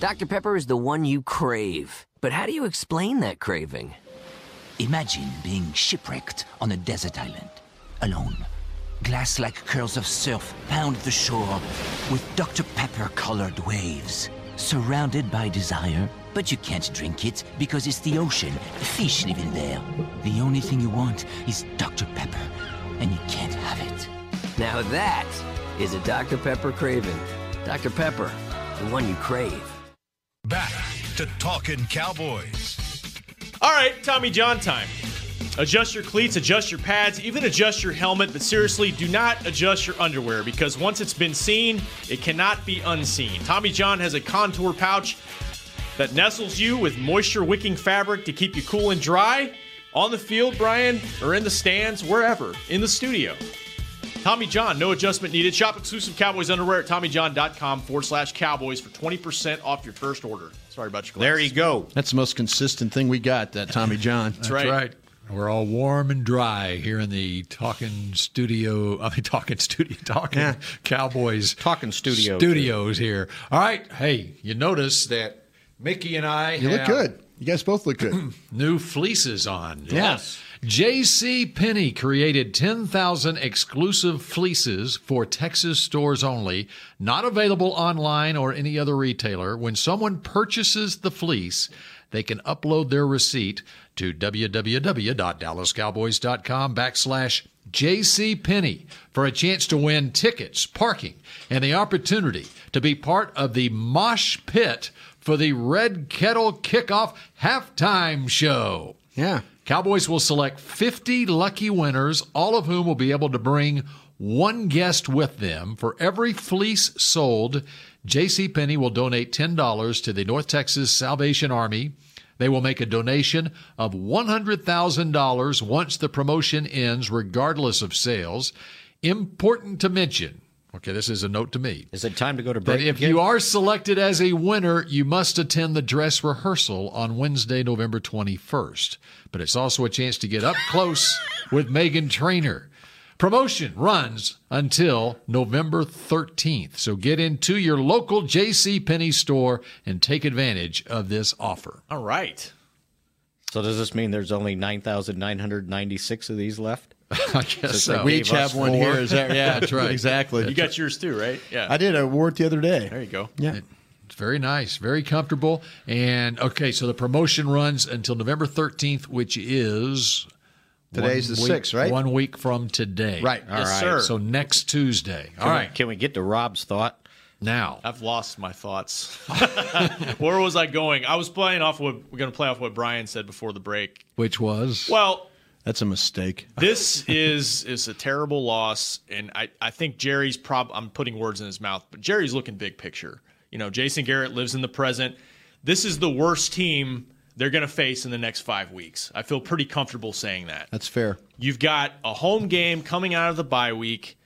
Speaker 8: Dr. Pepper is the one you crave. But how do you explain that craving?
Speaker 10: Imagine being shipwrecked on a desert island, alone. Glass like curls of surf pound the shore with Dr. Pepper colored waves. Surrounded by desire, but you can't drink it because it's the ocean. Fish live in there. The only thing you want is Dr. Pepper, and you can't have it.
Speaker 11: Now that is a Dr. Pepper craving. Dr. Pepper, the one you crave.
Speaker 1: Back to Talking Cowboys.
Speaker 2: All right, Tommy John time. Adjust your cleats, adjust your pads, even adjust your helmet, but seriously, do not adjust your underwear because once it's been seen, it cannot be unseen. Tommy John has a contour pouch that nestles you with moisture wicking fabric to keep you cool and dry on the field, Brian, or in the stands, wherever, in the studio. Tommy John, no adjustment needed. Shop exclusive Cowboys underwear at TommyJohn.com forward slash Cowboys for 20% off your first order. Sorry about your glasses.
Speaker 5: There you go.
Speaker 6: That's the most consistent thing we got, that Tommy John.
Speaker 2: That's right.
Speaker 4: We're all warm and dry here in the talking studio. I mean, *laughs* talking studio, talking
Speaker 6: Yeah.
Speaker 4: Cowboys,
Speaker 5: Talking studio, too.
Speaker 4: studios here. All right, hey, you notice that Mickey and I
Speaker 6: You look
Speaker 4: have
Speaker 6: good. You guys both look good. *clears throat*
Speaker 4: new fleeces on.
Speaker 6: Yes.
Speaker 4: J.C. Penney created 10,000 exclusive fleeces for Texas stores only, not available online or any other retailer. When someone purchases the fleece, they can upload their receipt to www.dallascowboys.com backslash J.C. Penney for a chance to win tickets, parking, and the opportunity to be part of the mosh pit for the Red Kettle Kickoff Halftime Show.
Speaker 6: Yeah.
Speaker 4: Cowboys will select 50 lucky winners, all of whom will be able to bring one guest with them. For every fleece sold, JCPenney will donate $10 to the North Texas Salvation Army. They will make a donation of $100,000 once the promotion ends, regardless of sales. Important to mention, okay, this is a note to me.
Speaker 5: Is it time to go to
Speaker 4: But
Speaker 5: break?
Speaker 4: if
Speaker 5: again?
Speaker 4: you are selected as a winner, you must attend the dress rehearsal on Wednesday, November 21st. But it's also a chance to get up close with Megan Trainer. Promotion runs until November 13th. So get into your local JC Penney store and take advantage of this offer.
Speaker 2: All right.
Speaker 5: so does this mean there's only nine thousand nine hundred ninety-six of these
Speaker 6: *laughs*
Speaker 5: left?
Speaker 4: I guess so.
Speaker 6: we
Speaker 5: gave
Speaker 6: each have
Speaker 5: us
Speaker 6: one
Speaker 5: four.
Speaker 6: here. Is that
Speaker 2: *laughs*
Speaker 6: yeah?
Speaker 4: That's right.
Speaker 6: Exactly.
Speaker 2: You got yours too, right? Yeah.
Speaker 6: I did. I wore it the other day.
Speaker 2: there you go.
Speaker 6: Yeah.
Speaker 4: It's very nice, very comfortable. And okay, so the promotion runs until November 13th, which is
Speaker 6: Today's
Speaker 4: one
Speaker 6: the
Speaker 4: week-
Speaker 6: sixth, right?
Speaker 4: One week from today.
Speaker 6: Right.
Speaker 4: All
Speaker 2: Yes,
Speaker 4: right.
Speaker 2: sir.
Speaker 4: So next Tuesday. All
Speaker 5: Can
Speaker 4: right.
Speaker 5: We, can Uh, we get to Rob's thought?
Speaker 4: Now,
Speaker 2: I've lost my *laughs* thoughts. Where was I going? I was playing off what we're going to play off what Brian said before the break.
Speaker 4: which was
Speaker 2: Well,
Speaker 6: That's a mistake.
Speaker 2: this is is a terrible loss, and I I think Jerry's prob I'm putting words in his mouth, but Jerry's looking big picture. You know, Jason Garrett lives in the present. This is the worst team they're going to face in the next five weeks. I feel pretty comfortable saying that.
Speaker 6: That's fair.
Speaker 2: You've got a home game coming out of the bye week,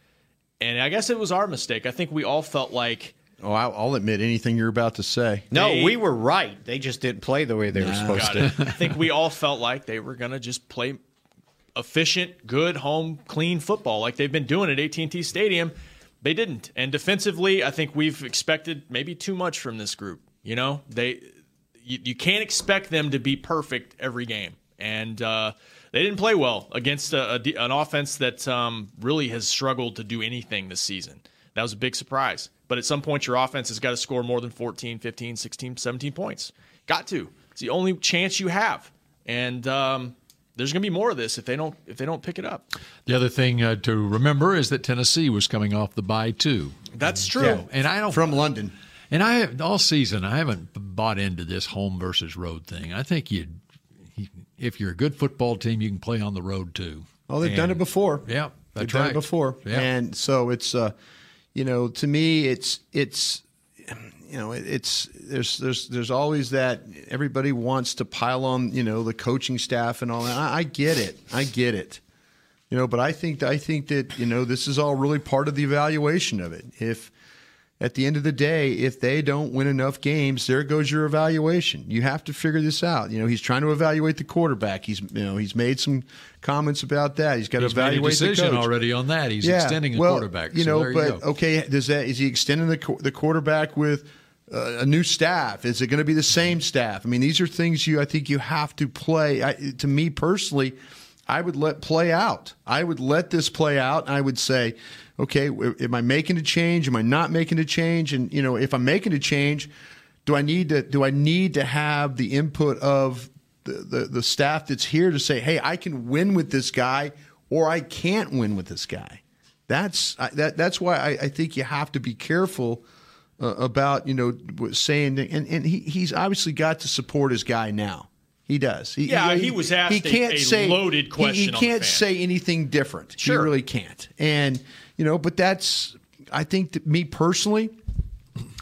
Speaker 2: and I guess it was our mistake. I think we all felt like
Speaker 6: Oh, I'll, I'll admit anything you're about to say.
Speaker 5: No,
Speaker 2: They-
Speaker 5: we were right. They just didn't play the way they were supposed
Speaker 2: Got
Speaker 5: to.
Speaker 2: it. I think we all felt like they were going to just play efficient, good, home, clean football like they've been doing at AT&T Stadium. They didn't. And defensively, I think we've expected maybe too much from this group. You know, they you, you can't expect them to be perfect every game. And uh, they didn't play well against a, a de- an offense that um, really has struggled to do anything this season. That was a big surprise. But at some point, your offense has got to score more than 14, 15, 16, 17 points. Got to. It's the only chance you have. And um, there's going to be more of this if they don't if they don't pick it up.
Speaker 4: the other thing uh, to remember is that Tennessee was coming off the bye too.
Speaker 2: That's true.
Speaker 4: And I don't
Speaker 6: From London.
Speaker 4: And I have all season I haven't bought into this home versus road thing. I think you if you're a good football team, you can play on the road too.
Speaker 6: Oh, they've done it before.
Speaker 4: Yeah,
Speaker 6: they've
Speaker 4: that's
Speaker 6: done
Speaker 4: right.
Speaker 6: it before.
Speaker 4: Yeah.
Speaker 6: And so it's, uh, you know, to me, it's it's, you know, it- it's there's there's there's always that everybody wants to pile on, you know, the coaching staff and all that. I, I get it. I get it. You know, but I think I think that you know this is all really part of the evaluation of it. If at the end of the day, if they don't win enough games, there goes your evaluation. You have to figure this out. You know, he's trying to evaluate the quarterback. He's you know he's made some comments about that. He's got to
Speaker 4: He's made a
Speaker 6: evaluate
Speaker 4: decision
Speaker 6: the coach.
Speaker 4: already on that. He's extending the
Speaker 6: well,
Speaker 4: quarterback.
Speaker 6: You
Speaker 4: so
Speaker 6: know,
Speaker 4: there
Speaker 6: but
Speaker 4: you go.
Speaker 6: okay, does that is he extending the qu- the quarterback with uh, a new staff? Is it going to be the same staff? I mean, these are things you I think you have to play. I, to me personally, I would let play out. I would let this play out, and I would say, okay, w- am I making a change? Am I not making a change? And you know, if I'm making a change, do I need to do I need to have the input of the, the, the staff that's here to say, hey, I can win with this guy, or I can't win with this guy. That's I, that that's why I, I think you have to be careful uh, about you know w- saying that- and and he, he's obviously got to support his guy now. He does. He,
Speaker 2: Yeah, he was asked a- a loaded
Speaker 6: he- He,
Speaker 2: question on the
Speaker 6: can't
Speaker 2: fan.
Speaker 6: say anything different.
Speaker 2: Sure.
Speaker 6: He really can't. And you know, but that's I think that me personally,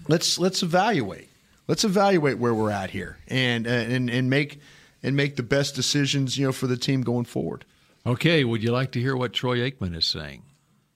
Speaker 6: let's let's evaluate. Let's evaluate where we're at here and uh, and and make and make the best decisions, you know, for the team going forward.
Speaker 4: Okay, would you like to hear what Troy Aikman is saying?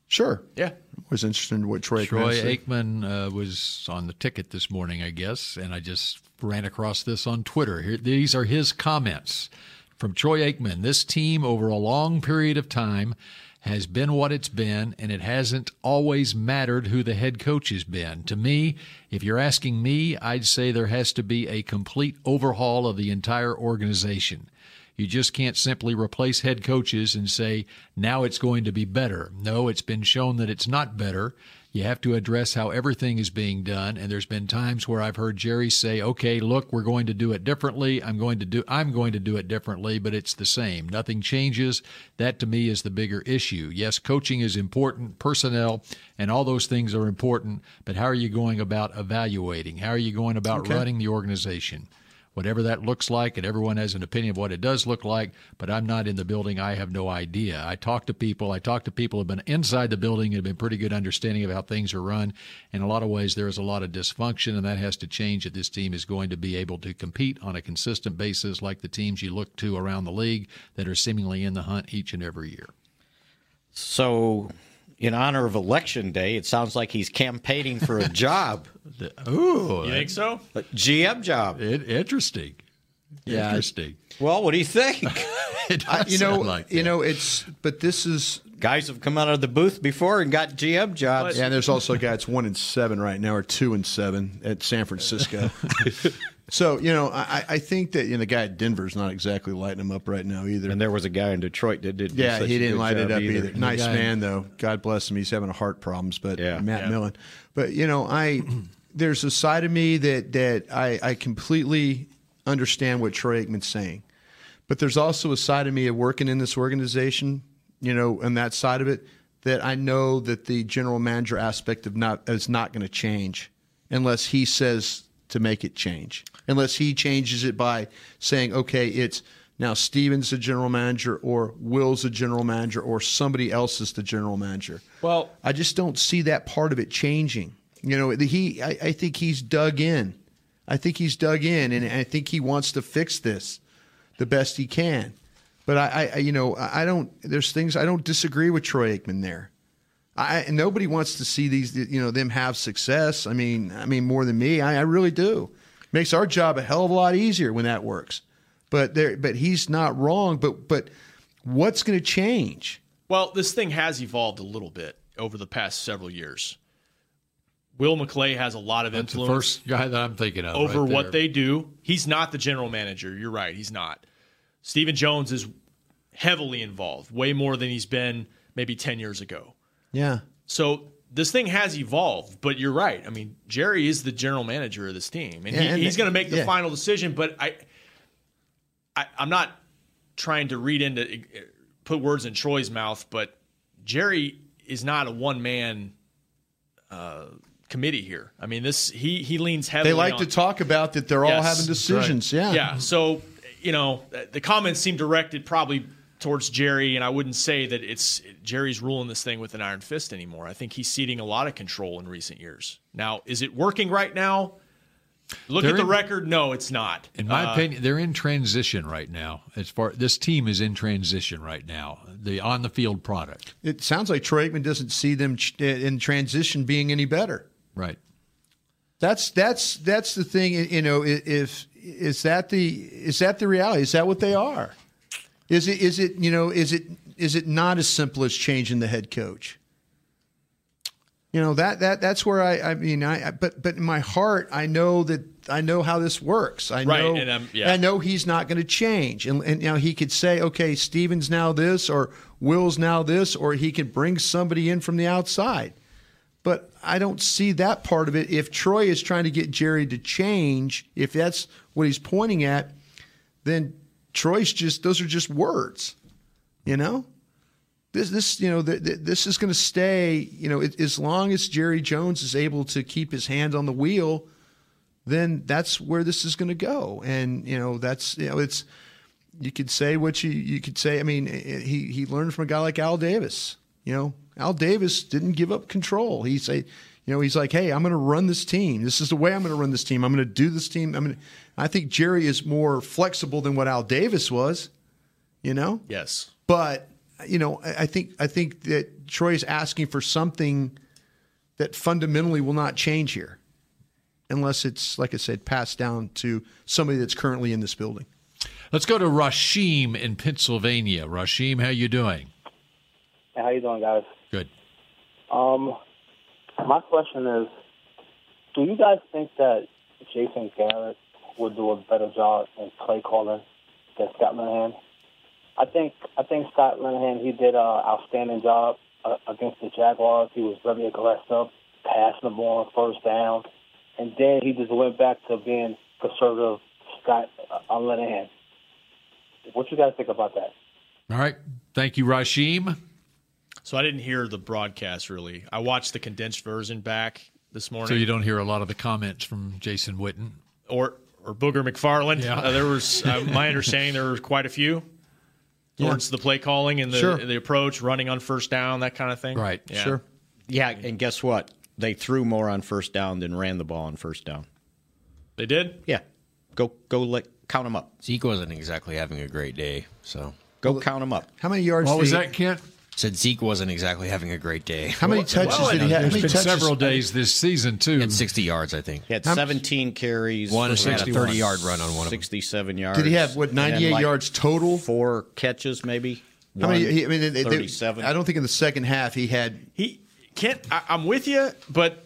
Speaker 6: Sure.
Speaker 2: Yeah.
Speaker 6: I was interested in what Troy,
Speaker 4: Troy
Speaker 6: Aikman said.
Speaker 4: Aikman uh, was on the ticket this morning, I guess, and I just ran across this on Twitter. Here, these are his comments from Troy Aikman. This team, over a long period of time, has been what it's been, and it hasn't always mattered who the head coach has been. To me, if you're asking me, I'd say there has to be a complete overhaul of the entire organization. You just can't simply replace head coaches and say, now it's going to be better. No, it's been shown that it's not better. You have to address how everything is being done. And there's been times where I've heard Jerry say, okay, look, we're going to do it differently. I'm going to do, I'm going to do it differently, but it's the same. Nothing changes. That to me is the bigger issue. Yes, coaching is important, personnel and all those things are important, but how are you going about evaluating? How are you going about
Speaker 6: Okay.
Speaker 4: running the organization? whatever that looks like, and everyone has an opinion of what it does look like, but I'm not in the building. I have no idea. I talk to people. I talk to people who have been inside the building and have been pretty good understanding of how things are run. In a lot of ways, there is a lot of dysfunction, and that has to change if this team is going to be able to compete on a consistent basis like the teams you look to around the league that are seemingly in the hunt each and every year.
Speaker 5: So, in honor of Election Day, it sounds like he's campaigning for a job,
Speaker 4: Ooh,
Speaker 2: You think so?
Speaker 5: a GM job.
Speaker 4: it, interesting.
Speaker 6: Yeah.
Speaker 4: Interesting.
Speaker 5: Well, what do you think?
Speaker 4: *laughs* It
Speaker 6: I,
Speaker 4: does
Speaker 6: you know,
Speaker 4: sound like
Speaker 6: you
Speaker 4: that.
Speaker 6: know, it's but this is
Speaker 5: Guys have come out of the booth before and got GM jobs.
Speaker 6: and there's also a guy that's one and seven right now, or two and seven at San *laughs* Francisco. so you know, I, I think that you know, the guy at Denver's not exactly lighting him up right now either.
Speaker 5: And there was a guy in Detroit that did.
Speaker 6: yeah, he didn't light it up either. Nice
Speaker 4: guy-
Speaker 6: man though. God bless him. He's having heart problems, but
Speaker 5: Yeah.
Speaker 6: Matt Millen. But you know, I there's a side of me that that I, I completely understand what Troy Aikman's saying. But there's also a side of me of working in this organization, you know, and that side of it that I know that the general manager aspect of not is not going to change unless he says to make it change. Unless he changes it by saying, okay, it's now Steven's the general manager or Will's the general manager or somebody else is the general manager.
Speaker 2: Well-
Speaker 6: I just don't see that part of it changing. You know, the- he I, I think he's dug in. I think he's dug in and I think he wants to fix this the best he can. But I, I- I you know, I I don't. There's things I don't disagree with Troy Aikman there. I and nobody wants to see these, you know, them have success. I mean, I mean more than me. I, I really do. Makes our job a hell of a lot easier when that works. But there, but he's not wrong. But but what's going to change?
Speaker 2: Well, this thing has evolved a little bit over the past several years. Will McClay has a lot of
Speaker 4: That's the
Speaker 2: influence
Speaker 4: first guy that I'm thinking of.
Speaker 2: over
Speaker 4: right
Speaker 2: what
Speaker 4: there.
Speaker 2: they do. He's not the general manager. You're right. He's not. Stephen Jones is heavily involved, way more than he's been maybe 10 years ago.
Speaker 6: Yeah.
Speaker 2: So this thing has evolved, but you're right. I mean, Jerry is the general manager of this team, and, he,
Speaker 6: Yeah, and-
Speaker 2: he's going to make the
Speaker 6: yeah.
Speaker 2: final decision. But I, I, I'm not trying to read into eh, put words in Troy's mouth, but Jerry is not a one man uh, committee here. I mean, this he he leans heavily.
Speaker 6: They like
Speaker 2: on,
Speaker 6: to talk about that they're all
Speaker 2: Yes.
Speaker 6: having decisions. Yeah.
Speaker 2: yeah. So, you know, the comments seem directed probably towards Jerry, and I wouldn't say that it's Jerry's ruling this thing with an iron fist anymore. I think he's ceding a lot of control in recent years. Now, is it working right now? Look
Speaker 4: They're
Speaker 2: at the
Speaker 4: in-
Speaker 2: record. No, it's not.
Speaker 4: In my opinion, they're in transition right now. As far this team is in transition right now, the on the field product,
Speaker 6: It sounds like Troy Aikman doesn't see them ch- in transition being any better.
Speaker 4: right?
Speaker 6: That's that's that's the thing. You know, i- if is that the is that the reality? Is that what they are? Is it is it you know is it is it not as simple as changing the head coach? You know that that that's where I I mean I, I but but in my heart I know that I know how this works. I
Speaker 2: Right,
Speaker 6: know
Speaker 2: and, um, yeah.
Speaker 6: I know he's not going to change. And and now he could say okay, Steven's now this or Will's now this or he could bring somebody in from the outside. But I don't see that part of it. If Troy is trying to get Jerry to change, if that's what he's pointing at, then Troy's just those are just words. You know? this this you know th- th- this is going to stay you know it, as long as Jerry Jones is able to keep his hand on the wheel then that's where this is going to go and you know that's you know it's you could say what you you could say I mean i- i- he he learned from a guy like Al Davis you know Al Davis didn't give up control he say you know he's like hey I'm going to run this team this is the way I'm going to run this team I'm going to do this team I'm going to I think Jerry is more flexible than what Al Davis was you know
Speaker 2: Yes.
Speaker 6: but you know, I I think I think that Troy is asking for something that fundamentally will not change here, unless it's like I said, passed down to somebody that's currently in this building.
Speaker 4: Let's go to Rashim in Pennsylvania. Rashim, how you doing?
Speaker 12: Hey, how you doing, guys?
Speaker 4: Good.
Speaker 12: Um, my question is, do you guys think that Jason Garrett would do a better job in play calling than Scott Linehan? I think I think Scott Linehan he did an outstanding job uh, against the Jaguars. He was very aggressive, passing the ball on first down, and then he just went back to being conservative. Scott uh, Linehan. What you guys think about that?
Speaker 4: All right. Thank you, Rashim.
Speaker 2: So I didn't hear the broadcast really. I watched the condensed version back this morning.
Speaker 4: So you don't hear a lot of the comments from Jason Witten.
Speaker 2: or or Booger McFarland.
Speaker 4: Yeah.
Speaker 2: Uh, there was uh,
Speaker 4: *laughs*
Speaker 2: my understanding there were quite a few
Speaker 5: Yeah.
Speaker 2: towards the play calling and the
Speaker 5: Sure.
Speaker 2: the approach, running on first down, that kind of thing. Yeah.
Speaker 5: Yeah, and guess what? They threw more on first down than ran the ball on first down.
Speaker 2: They did.
Speaker 5: Yeah, go go let count them up.
Speaker 13: Zeke wasn't exactly having a great day, so
Speaker 5: go count them up.
Speaker 6: How many yards?
Speaker 13: What
Speaker 6: did
Speaker 13: was
Speaker 6: he-
Speaker 13: that,
Speaker 4: Kent?
Speaker 13: Said Zeke wasn't exactly having a great day.
Speaker 6: How many touches did he have? How
Speaker 13: There's
Speaker 6: many
Speaker 13: been
Speaker 6: touches-
Speaker 13: several
Speaker 4: days this season too.
Speaker 13: He had 60 yards, I think.
Speaker 5: He had
Speaker 6: How much-
Speaker 5: 17 carries.
Speaker 13: One
Speaker 5: for
Speaker 13: had a
Speaker 5: 61.
Speaker 13: 30-yard run on one of them.
Speaker 5: 67 yards.
Speaker 6: Did he have, what,
Speaker 5: And then,
Speaker 6: 98
Speaker 5: like,
Speaker 6: yards total?
Speaker 5: Four catches, maybe.
Speaker 6: How many?
Speaker 5: One
Speaker 6: he- I mean, they- they-
Speaker 5: 37.
Speaker 6: I don't think in the second half he had.
Speaker 2: He Kent, I, I'm with you, but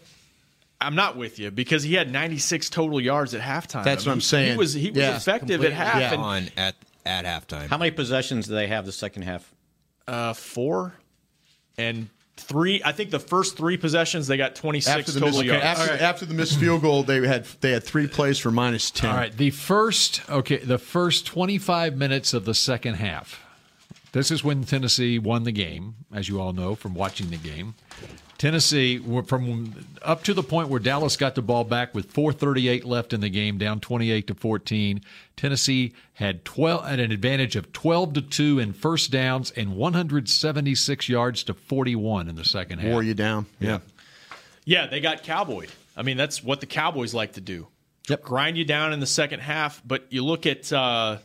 Speaker 2: I'm not with you because he had 96 total yards at halftime.
Speaker 6: That's
Speaker 2: I
Speaker 6: what I'm
Speaker 2: mean, He
Speaker 6: saying.
Speaker 2: was he was
Speaker 6: Yeah.
Speaker 2: effective
Speaker 6: Completely
Speaker 2: at half.
Speaker 6: yeah.
Speaker 2: and-
Speaker 13: on at at halftime.
Speaker 5: How many possessions do they have the second half?
Speaker 2: Uh, four and three. I think the first three possessions they got 26
Speaker 6: After the,
Speaker 2: total
Speaker 6: missed,
Speaker 2: yards.
Speaker 6: after, after the missed field goal, they had they had three plays for minus ten.
Speaker 4: All right. The first okay, the first 25 minutes of the second half. This is when Tennessee won the game, as you all know from watching the game. Tennessee were from up to the point where Dallas got the ball back with 438 left in the game, down 28 to 14. Tennessee had 12 at an advantage of 12 to 2 in first downs and 176 yards to 41 in the second half.
Speaker 6: Wore you down. yeah.
Speaker 2: Yeah, they got cowboyed. I mean, that's what the Cowboys like to do. Yep. Grind you down in the second half, but you look at uh,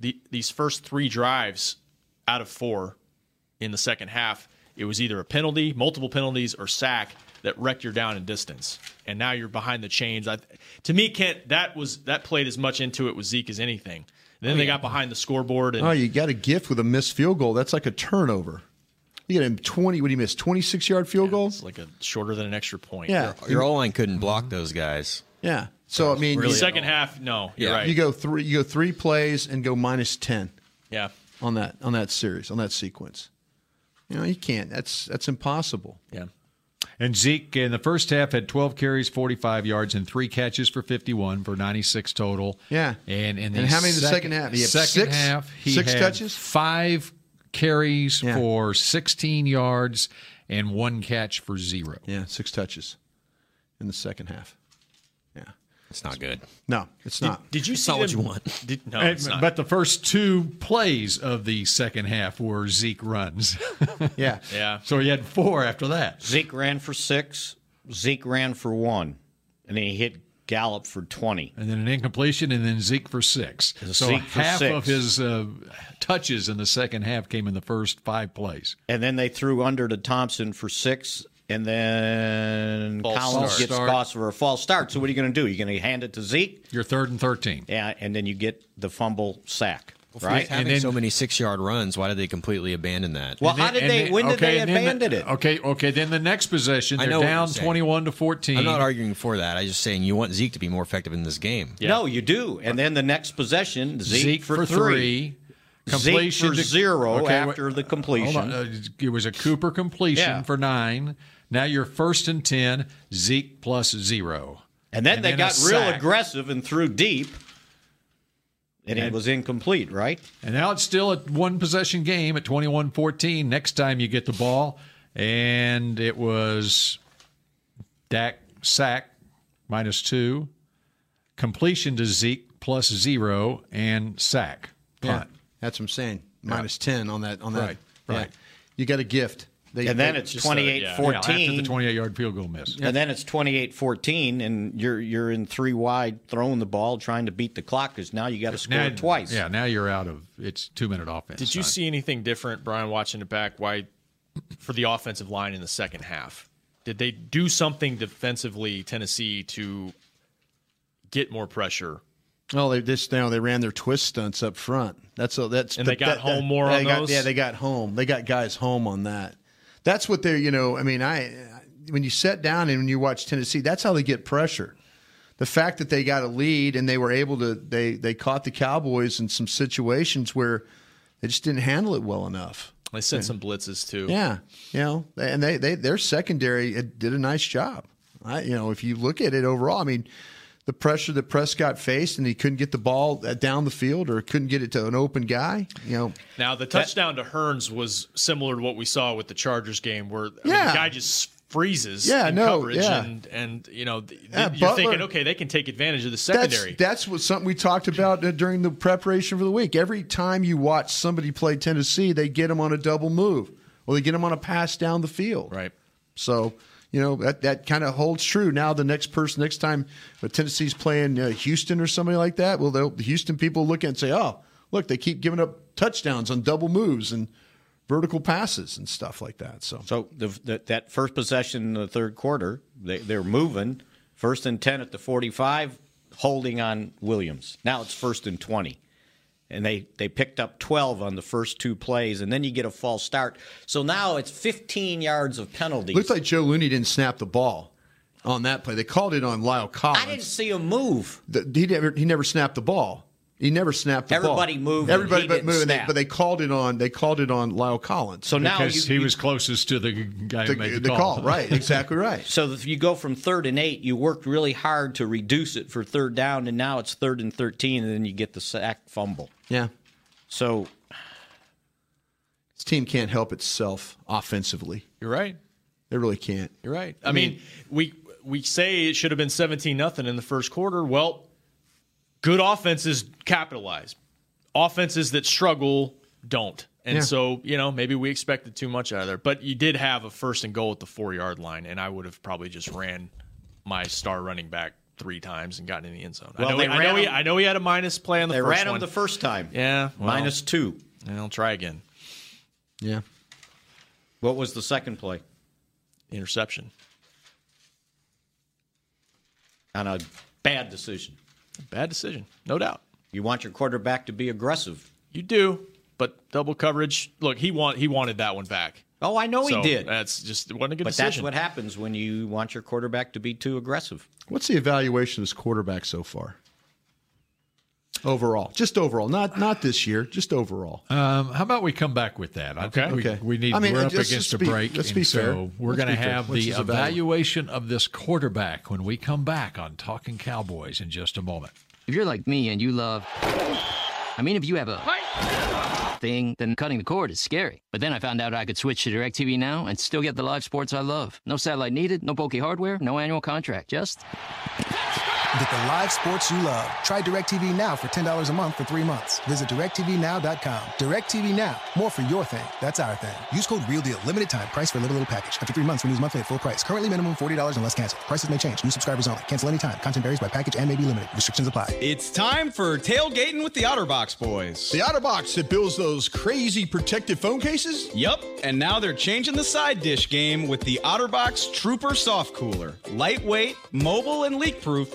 Speaker 2: the these first three drives out of four in the second half. It was either a penalty, multiple penalties, or sack that wrecked your down and distance, and now you're behind the chains. I, to me, Kent, that was that played as much into it with Zeke as anything. And then
Speaker 6: Oh,
Speaker 2: they
Speaker 6: yeah.
Speaker 2: got behind the scoreboard, and
Speaker 6: Oh, you got a gift with a missed field goal. That's like a turnover. You get him twenty. What do you miss? Twenty six yard field goal. It's
Speaker 2: like a shorter than an extra point.
Speaker 6: Yeah.
Speaker 13: Your, O line couldn't block those guys.
Speaker 6: Yeah. So I mean,
Speaker 2: the
Speaker 6: you-
Speaker 2: second half, no, you're right.
Speaker 6: You go three. You go three plays and go minus ten.
Speaker 2: Yeah.
Speaker 6: On that on that series on that sequence, you know you can't. That's that's impossible.
Speaker 2: Yeah.
Speaker 4: And Zeke in the first half had 12 carries, 45 yards, and three catches for 51 for 96 total.
Speaker 6: Yeah.
Speaker 4: And in the
Speaker 6: And how many in the second half? He had
Speaker 4: second
Speaker 6: six?
Speaker 4: half, he
Speaker 6: Six
Speaker 4: had
Speaker 6: touches?
Speaker 4: five carries
Speaker 6: Yeah.
Speaker 4: for 16 yards and one catch for zero.
Speaker 6: Yeah, six touches in the second half. Yeah,
Speaker 13: it's not good.
Speaker 6: No,
Speaker 5: *laughs*
Speaker 6: it's not.
Speaker 2: Did you
Speaker 13: It's see not what them- you want.
Speaker 2: *laughs* Did, no,
Speaker 4: And-
Speaker 2: it's not.
Speaker 4: But the first two plays of the second half were Zeke runs. *laughs*
Speaker 6: yeah.
Speaker 2: Yeah.
Speaker 4: So he had four after that.
Speaker 5: Zeke ran for six. Zeke ran for one, and then he hit Gallup for 20.
Speaker 4: and then an incompletion, and then Zeke for six. So
Speaker 5: Zeke for
Speaker 4: half
Speaker 5: six.
Speaker 4: of his uh, touches in the second half came in the first five plays.
Speaker 5: And then they threw under to Thompson for six, and then
Speaker 4: False
Speaker 5: Collins
Speaker 4: start.
Speaker 5: gets
Speaker 4: Start.
Speaker 5: cost for a false start. So what are you going to do? You're going to hand it to Zeke?
Speaker 4: You're third and 13.
Speaker 5: Yeah, and then you get the fumble sack.
Speaker 13: Well, right? Having so many six-yard runs, why did they completely abandon that?
Speaker 4: And then- and then- okay, and then the- Okay, okay. Then the next possession,
Speaker 13: I
Speaker 4: they're
Speaker 13: know what
Speaker 4: down
Speaker 13: you're saying.
Speaker 4: 21 to 14.
Speaker 13: I'm not arguing for that. I'm just saying you want Zeke to be more effective in this game.
Speaker 5: No, you do. And then the next possession, Zeke,
Speaker 13: Zeke
Speaker 5: for,
Speaker 13: for
Speaker 5: three. Zeke for
Speaker 4: to-
Speaker 5: zero
Speaker 4: okay, wait,
Speaker 5: after the
Speaker 4: hold
Speaker 5: completion.
Speaker 4: on, uh, it was a Cooper completion
Speaker 5: Yeah.
Speaker 4: for nine. Now you're first and 10, Zeke plus zero.
Speaker 5: And then they
Speaker 4: a
Speaker 5: got real
Speaker 4: sack.
Speaker 5: aggressive and threw deep. And it
Speaker 4: And-
Speaker 5: was incomplete, right?
Speaker 4: And now it's still a one possession game at 21 14. Next time you get the ball, and it was Dak sack minus two, completion to Zeke plus zero, and sack
Speaker 6: Yeah,
Speaker 4: punt.
Speaker 6: that's what I'm saying. Minus ten on that on that.
Speaker 4: Right, right.
Speaker 6: Yeah. You got a gift. They-
Speaker 5: And then
Speaker 6: they- uh,
Speaker 5: it's 28-14.
Speaker 4: after the 28 yard field goal miss.
Speaker 5: And then it's 28-14, and you're you're in three wide, throwing the ball, trying to beat the clock because now you got to score
Speaker 4: Now-
Speaker 5: twice.
Speaker 4: Yeah, now you're out of it's two minute offense.
Speaker 2: Did you see anything different, Brian, watching it back? Why for the offensive line in the second half? Did they do something defensively, Tennessee, to get more pressure?
Speaker 6: Well, they just now they ran their twist stunts up front. That's all. That's
Speaker 2: And they got
Speaker 6: that-
Speaker 2: home more
Speaker 6: they
Speaker 2: on
Speaker 6: got-
Speaker 2: those?
Speaker 6: Yeah, they got home. They got guys home on that. That's what they're. You know, I mean, I when you sit down and when you watch Tennessee, that's how they get pressure. The fact that they got a lead and they were able to they they caught the Cowboys in some situations where they just didn't handle it well enough.
Speaker 2: They sent some blitzes too.
Speaker 6: Yeah, you know, and they, they their secondary it did a nice job. I, you know, if you look at it overall, I mean, the pressure that Prescott faced and he couldn't get the ball uh, down the field or couldn't get it to an open guy. You know,
Speaker 2: Now the touchdown to Hearns was similar to what we saw with the Chargers game, where I mean,
Speaker 6: Yeah.
Speaker 2: the guy just freezes
Speaker 6: Yeah,
Speaker 2: in
Speaker 6: no,
Speaker 2: coverage,
Speaker 6: yeah.
Speaker 2: and and you know th-
Speaker 6: Yeah,
Speaker 2: you're
Speaker 6: Butler-
Speaker 2: thinking, okay, they can take advantage of the
Speaker 6: that's
Speaker 2: secondary.
Speaker 6: that's what something we talked about uh, during the preparation for the week. Every time you watch somebody play Tennessee, they get them on a double move or they get them on a pass down the field.
Speaker 2: Right.
Speaker 6: So. You know that, that kind of holds true. Now the next person, next time, but Tennessee's playing uh, Houston or somebody like that. Well, they'll- the Houston people look at it and say, "Oh, look, they keep giving up touchdowns on double moves and vertical passes and stuff like that." So,
Speaker 5: So the, the, that first possession in the third quarter, they, they're moving. First and 10 at the 45, holding on Williams. Now it's first and 20. And they, they picked up 12 on the first two plays, and then you get a false start. So now it's 15 yards of penalties.
Speaker 6: looks like Joe Looney didn't snap the ball on that play. They called it on Lyle Collins.
Speaker 5: I didn't see a move.
Speaker 6: the, he never he never snapped the ball. He never snapped the ball.
Speaker 5: Everybody moved and
Speaker 6: Everybody
Speaker 5: he
Speaker 6: but
Speaker 5: didn't
Speaker 6: moved. and they-
Speaker 5: snap.
Speaker 6: but they called it on. They called it on Lyle Collins.
Speaker 5: So now
Speaker 4: Because
Speaker 5: you-
Speaker 4: he
Speaker 5: you-
Speaker 4: was closest to the guy
Speaker 6: the,
Speaker 4: who made the,
Speaker 6: the
Speaker 5: *laughs*
Speaker 6: call. right? Exactly right.
Speaker 5: So if you go from third and eight, you worked really hard to reduce it for third down, and now it's third and 13, and then you get the sack fumble.
Speaker 6: Yeah,
Speaker 5: So
Speaker 6: this team can't help itself offensively.
Speaker 2: you're right.
Speaker 6: They really can't.
Speaker 2: You're right. I, mean, we we say it should have been 17 nothing in the first quarter. Well, good offenses capitalize. Offenses that struggle don't. And
Speaker 6: Yeah.
Speaker 2: so, you know, maybe we expected too much out of there. But you did have a first and goal at the four yard line, and I would have probably just ran my star running back three times and gotten in the end zone.
Speaker 5: Well,
Speaker 2: I know,
Speaker 5: they
Speaker 2: he, I,
Speaker 5: ran
Speaker 2: know he,
Speaker 5: him-
Speaker 2: I know he had a minus play on the
Speaker 5: they
Speaker 2: first
Speaker 5: ran him
Speaker 2: one.
Speaker 5: the first time.
Speaker 2: yeah. well,
Speaker 5: Minus two.
Speaker 2: And I'll try again.
Speaker 6: Yeah.
Speaker 5: What was the second play?
Speaker 2: Interception.
Speaker 5: On a bad decision.
Speaker 2: Bad decision. No doubt.
Speaker 5: You want your quarterback to be aggressive.
Speaker 2: You do, but double coverage. Look, he want he wanted that one back.
Speaker 5: Oh, I know
Speaker 2: So
Speaker 5: he did. But
Speaker 2: That's just wasn't a good
Speaker 5: that's
Speaker 2: decision.
Speaker 5: what happens when you want your quarterback to be too aggressive.
Speaker 6: What's the evaluation of this quarterback so far? Overall, just overall, not not this year, just overall.
Speaker 14: Uh,
Speaker 4: Um, how about we come back with that? I think
Speaker 6: Okay.
Speaker 4: we, we need.
Speaker 6: I mean, uh,
Speaker 4: we're up
Speaker 6: let's-
Speaker 4: against
Speaker 6: let's
Speaker 4: a
Speaker 6: be-
Speaker 4: break.
Speaker 6: let's
Speaker 4: and
Speaker 6: be
Speaker 4: so
Speaker 6: fair.
Speaker 4: We're
Speaker 6: Let's
Speaker 4: going to
Speaker 6: be fair.
Speaker 4: have
Speaker 6: Let's
Speaker 4: the
Speaker 6: just evaluate.
Speaker 4: evaluation of this quarterback when we come back on Talking Cowboys in just a moment.
Speaker 8: If you're like me and you love. I mean, if you have a thing, then cutting the cord is scary. But then I found out I could switch to DirecTV Now and still get the live sports I love. No satellite needed, no bulky hardware, no annual contract, just.
Speaker 9: Get the live sports you love. Try DirecTV Now for $10 a month for three months. Visit DirecTVNow.com. DirecTV Now. More for your thing. That's our thing. Use code REALDEAL. Limited time. Price for a little, little package. After three months, renews monthly at full price. Currently minimum $40 unless canceled. Prices may change. New subscribers only. Cancel anytime. Content varies by package and may be limited. Restrictions apply.
Speaker 15: It's time for tailgating with the Otterbox boys.
Speaker 14: The OtterBox that builds those crazy protective phone cases?
Speaker 15: Yup, and now they're changing the side dish game with the Otterbox Trooper Soft Cooler. Lightweight, mobile, and leak proof,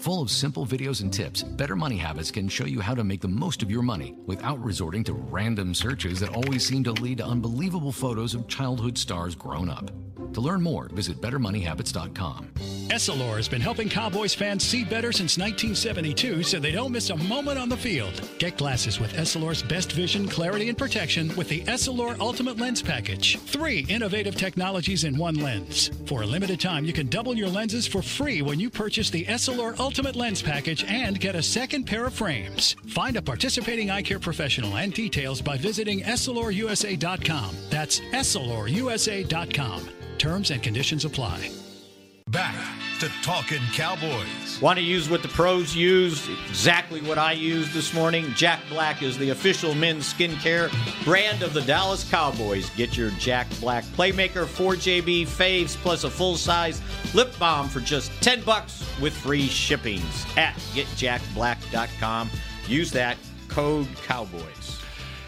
Speaker 16: Full of simple videos and tips, Better Money Habits can show you how to make the most of your money without resorting to random searches that always seem to lead to unbelievable photos of childhood stars grown up. To learn more, visit BetterMoneyHabits.com.
Speaker 7: Essilor has been helping Cowboys fans see better since 1972 so they don't miss a moment on the field. Get glasses with Essilor's best vision, clarity, and protection with the Essilor Ultimate Lens Package. Three innovative technologies in one lens. For a limited time, you can double your lenses for free when you purchase the Essilor Ultimate Lens Package and get a second pair of frames. Find a participating eye care professional and details by visiting EssilorUSA.com. That's EssilorUSA.com. Terms and conditions apply.
Speaker 1: Back to Talking Cowboys.
Speaker 5: Want to use what the pros use? Exactly what I used this morning. Jack Black is the official men's skincare brand of the Dallas Cowboys. Get your Jack Black Playmaker 4JB faves plus a full-size lip balm for just 10 bucks with free shippings at getjackblack.com. Use that code Cowboys.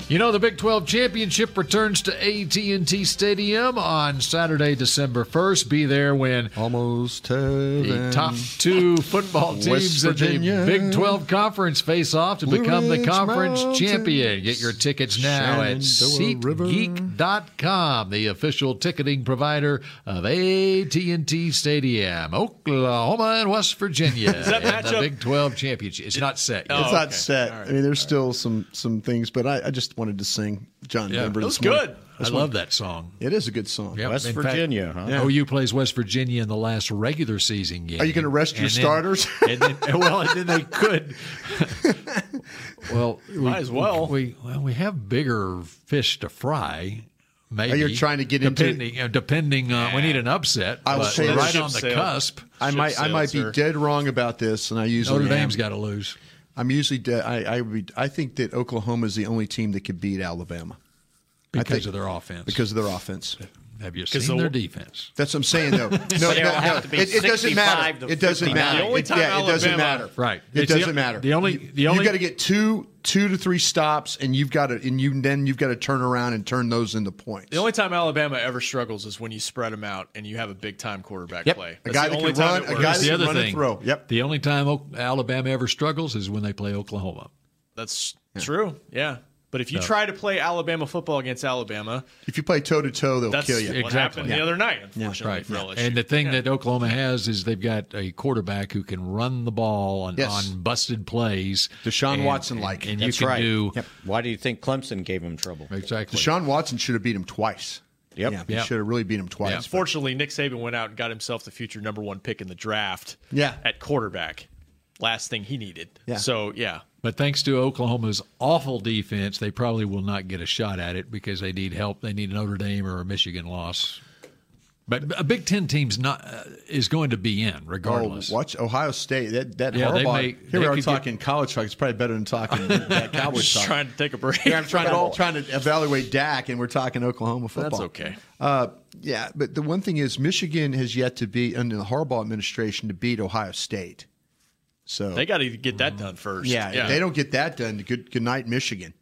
Speaker 4: You know, the Big 12 Championship returns to AT&T Stadium on Saturday, December 1st. Be there when
Speaker 6: almost
Speaker 4: the top two football teams in the Big 12 conference face off to
Speaker 6: Blue
Speaker 4: become the
Speaker 6: Ridge
Speaker 4: conference
Speaker 6: Mountains,
Speaker 4: champion. Get your tickets now at
Speaker 6: Shenandoah River.
Speaker 4: SeatGeek.com, the official ticketing provider of AT&T Stadium, Oklahoma and West Virginia.
Speaker 6: Is that
Speaker 4: in
Speaker 6: matchup- Oh.
Speaker 4: the Big 12 Championship. It's not set. yet.
Speaker 6: it's
Speaker 2: Oh,
Speaker 6: not set. I mean, there's still some some things, but I, I just wanted to sing John
Speaker 4: Yeah.
Speaker 6: Denver.
Speaker 4: It
Speaker 6: this
Speaker 4: was
Speaker 6: morning.
Speaker 4: good.
Speaker 6: This
Speaker 4: I
Speaker 6: one-
Speaker 4: love that song.
Speaker 6: It is a good song. Oh,
Speaker 4: Yep. In fact,
Speaker 6: Yeah.
Speaker 4: OU plays West Virginia in the last regular season game.
Speaker 6: Are you gonna rest your
Speaker 4: And then-
Speaker 6: starters?
Speaker 4: *laughs* and then- well, and then they
Speaker 6: *laughs*
Speaker 4: could. well, we,
Speaker 2: Might as well.
Speaker 4: We well, we have bigger fish to fry. Maybe
Speaker 6: Are you trying to get into-
Speaker 4: depending, into depending on we need an upset.
Speaker 6: I will
Speaker 4: but
Speaker 6: say
Speaker 4: we're
Speaker 6: this.
Speaker 4: right on the cusp.
Speaker 6: I might I might be dead wrong about this, and I usually
Speaker 4: Notre
Speaker 6: am.
Speaker 4: Dame's got to lose.
Speaker 6: I'm usually dead. I I, would- I think that Oklahoma is the only team that could beat Alabama I
Speaker 4: Because
Speaker 6: think-
Speaker 4: of their offense.
Speaker 6: because of their offense.
Speaker 4: Have you
Speaker 6: 'Cause
Speaker 4: seen
Speaker 6: the-
Speaker 4: their defense?
Speaker 6: That's what I'm saying, *laughs* though. No,
Speaker 4: But
Speaker 6: no,
Speaker 4: it'll
Speaker 6: no,
Speaker 4: have to be
Speaker 6: it, it doesn't matter.
Speaker 4: 65 to
Speaker 6: it doesn't
Speaker 4: 59.
Speaker 6: matter.
Speaker 4: The only
Speaker 6: it,
Speaker 4: time
Speaker 6: yeah, it doesn't
Speaker 4: Alabama-
Speaker 6: matter.
Speaker 4: Right.
Speaker 6: It
Speaker 4: It's the-
Speaker 6: doesn't matter.
Speaker 4: the only-
Speaker 6: You-
Speaker 4: the only-
Speaker 6: you got to get two, two to three stops, and you've got to, and you then you've got to turn around and turn those into points.
Speaker 2: The only time Alabama ever struggles is when you spread them out and you have a big time quarterback
Speaker 6: Yep.
Speaker 2: play.
Speaker 6: A
Speaker 2: That's
Speaker 6: guy
Speaker 2: the
Speaker 6: that
Speaker 2: only
Speaker 6: can
Speaker 2: time
Speaker 6: run,
Speaker 2: it
Speaker 6: a
Speaker 2: works.
Speaker 6: guy
Speaker 4: That's
Speaker 6: that
Speaker 4: the
Speaker 6: can
Speaker 4: other
Speaker 6: run and
Speaker 4: thing.
Speaker 6: throw. Yep.
Speaker 4: The only time O- Alabama ever struggles is when they play Oklahoma.
Speaker 2: That's true. Yeah. But if you
Speaker 4: So-
Speaker 2: try to play Alabama football against Alabama,
Speaker 6: If you play toe to toe, they'll
Speaker 2: that's
Speaker 6: kill you.
Speaker 2: what happened the other night, unfortunately,
Speaker 4: Right.
Speaker 2: for LSU.
Speaker 4: And the thing that Oklahoma has is they've got a quarterback who can run the ball on,
Speaker 5: Yes.
Speaker 4: on busted plays.
Speaker 6: Deshaun
Speaker 4: And-
Speaker 6: Watson-like.
Speaker 4: And, you
Speaker 5: That's
Speaker 4: can
Speaker 5: right.
Speaker 4: do
Speaker 5: Why do you think Clemson gave him trouble?
Speaker 4: Exactly.
Speaker 6: Deshaun Watson should have beat him twice.
Speaker 5: Yep.
Speaker 6: Yeah, he
Speaker 2: Yep.
Speaker 6: should have really beat him twice.
Speaker 2: Unfortunately, Nick Saban went out and got himself the future number one pick in the draft
Speaker 6: Yeah.
Speaker 2: at quarterback. Last thing he needed.
Speaker 4: Yeah.
Speaker 2: So, yeah.
Speaker 4: But thanks to Oklahoma's awful defense, they probably will not get a shot at it because they need help. They need a Notre Dame or a Michigan loss. But a Big Ten team's not uh, is going to be in regardless.
Speaker 6: Oh, watch Ohio State. That that
Speaker 4: Yeah, they
Speaker 6: Harbaugh.
Speaker 4: may- they
Speaker 6: here we are
Speaker 4: could get-
Speaker 6: talking college talk. It's probably better
Speaker 4: *laughs*
Speaker 6: than talking that Cowboys
Speaker 2: Just
Speaker 6: talk.
Speaker 2: trying to take
Speaker 6: *laughs*
Speaker 2: a break.
Speaker 6: Yeah, I'm trying to
Speaker 2: *laughs*
Speaker 6: trying to evaluate Dak, and we're talking Oklahoma football.
Speaker 2: okay.
Speaker 6: Uh, yeah, but the one thing is, Michigan has yet to beat under the Harbaugh administration to beat Ohio State. So
Speaker 2: They got to get that done first.
Speaker 6: yeah, if they don't get that done. Good good night, Michigan.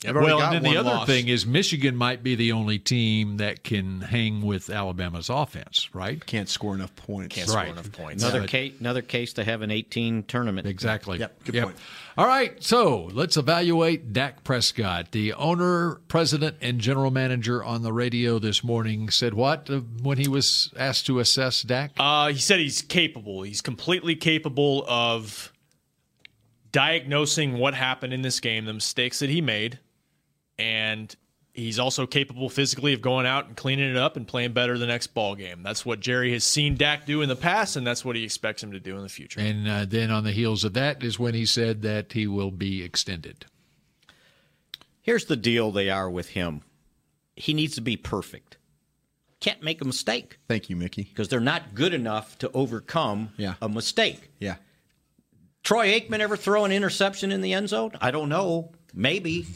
Speaker 6: They've already
Speaker 4: well,
Speaker 6: got
Speaker 4: and then the
Speaker 6: one
Speaker 4: other
Speaker 6: loss.
Speaker 4: thing is Michigan might be the only team that can hang with Alabama's offense, right?
Speaker 6: Can't score enough points.
Speaker 4: Can't
Speaker 5: Right. Another case, another case to have an 18 tournament.
Speaker 4: Exactly.
Speaker 5: Yep.
Speaker 4: Yep. All right, so let's evaluate Dak Prescott. The owner, president, and general manager on the radio this morning said what uh, when he was asked to assess Dak?
Speaker 2: Uh, he said he's capable. He's completely capable of diagnosing what happened in this game, the mistakes that he made, and he's also capable physically of going out and cleaning it up and playing better the next ball game. That's what Jerry has seen Dak do in the past, and that's what he expects him to do in the future.
Speaker 4: And uh, then on the heels of that is when he said that he will be extended.
Speaker 5: Here's the deal they are with him. He needs to be perfect. Can't make a mistake
Speaker 6: Thank you, Mickey.
Speaker 5: because they're not good enough to overcome a mistake.
Speaker 6: Yeah.
Speaker 5: Troy Aikman ever throw an interception in the end zone? I don't know. Maybe.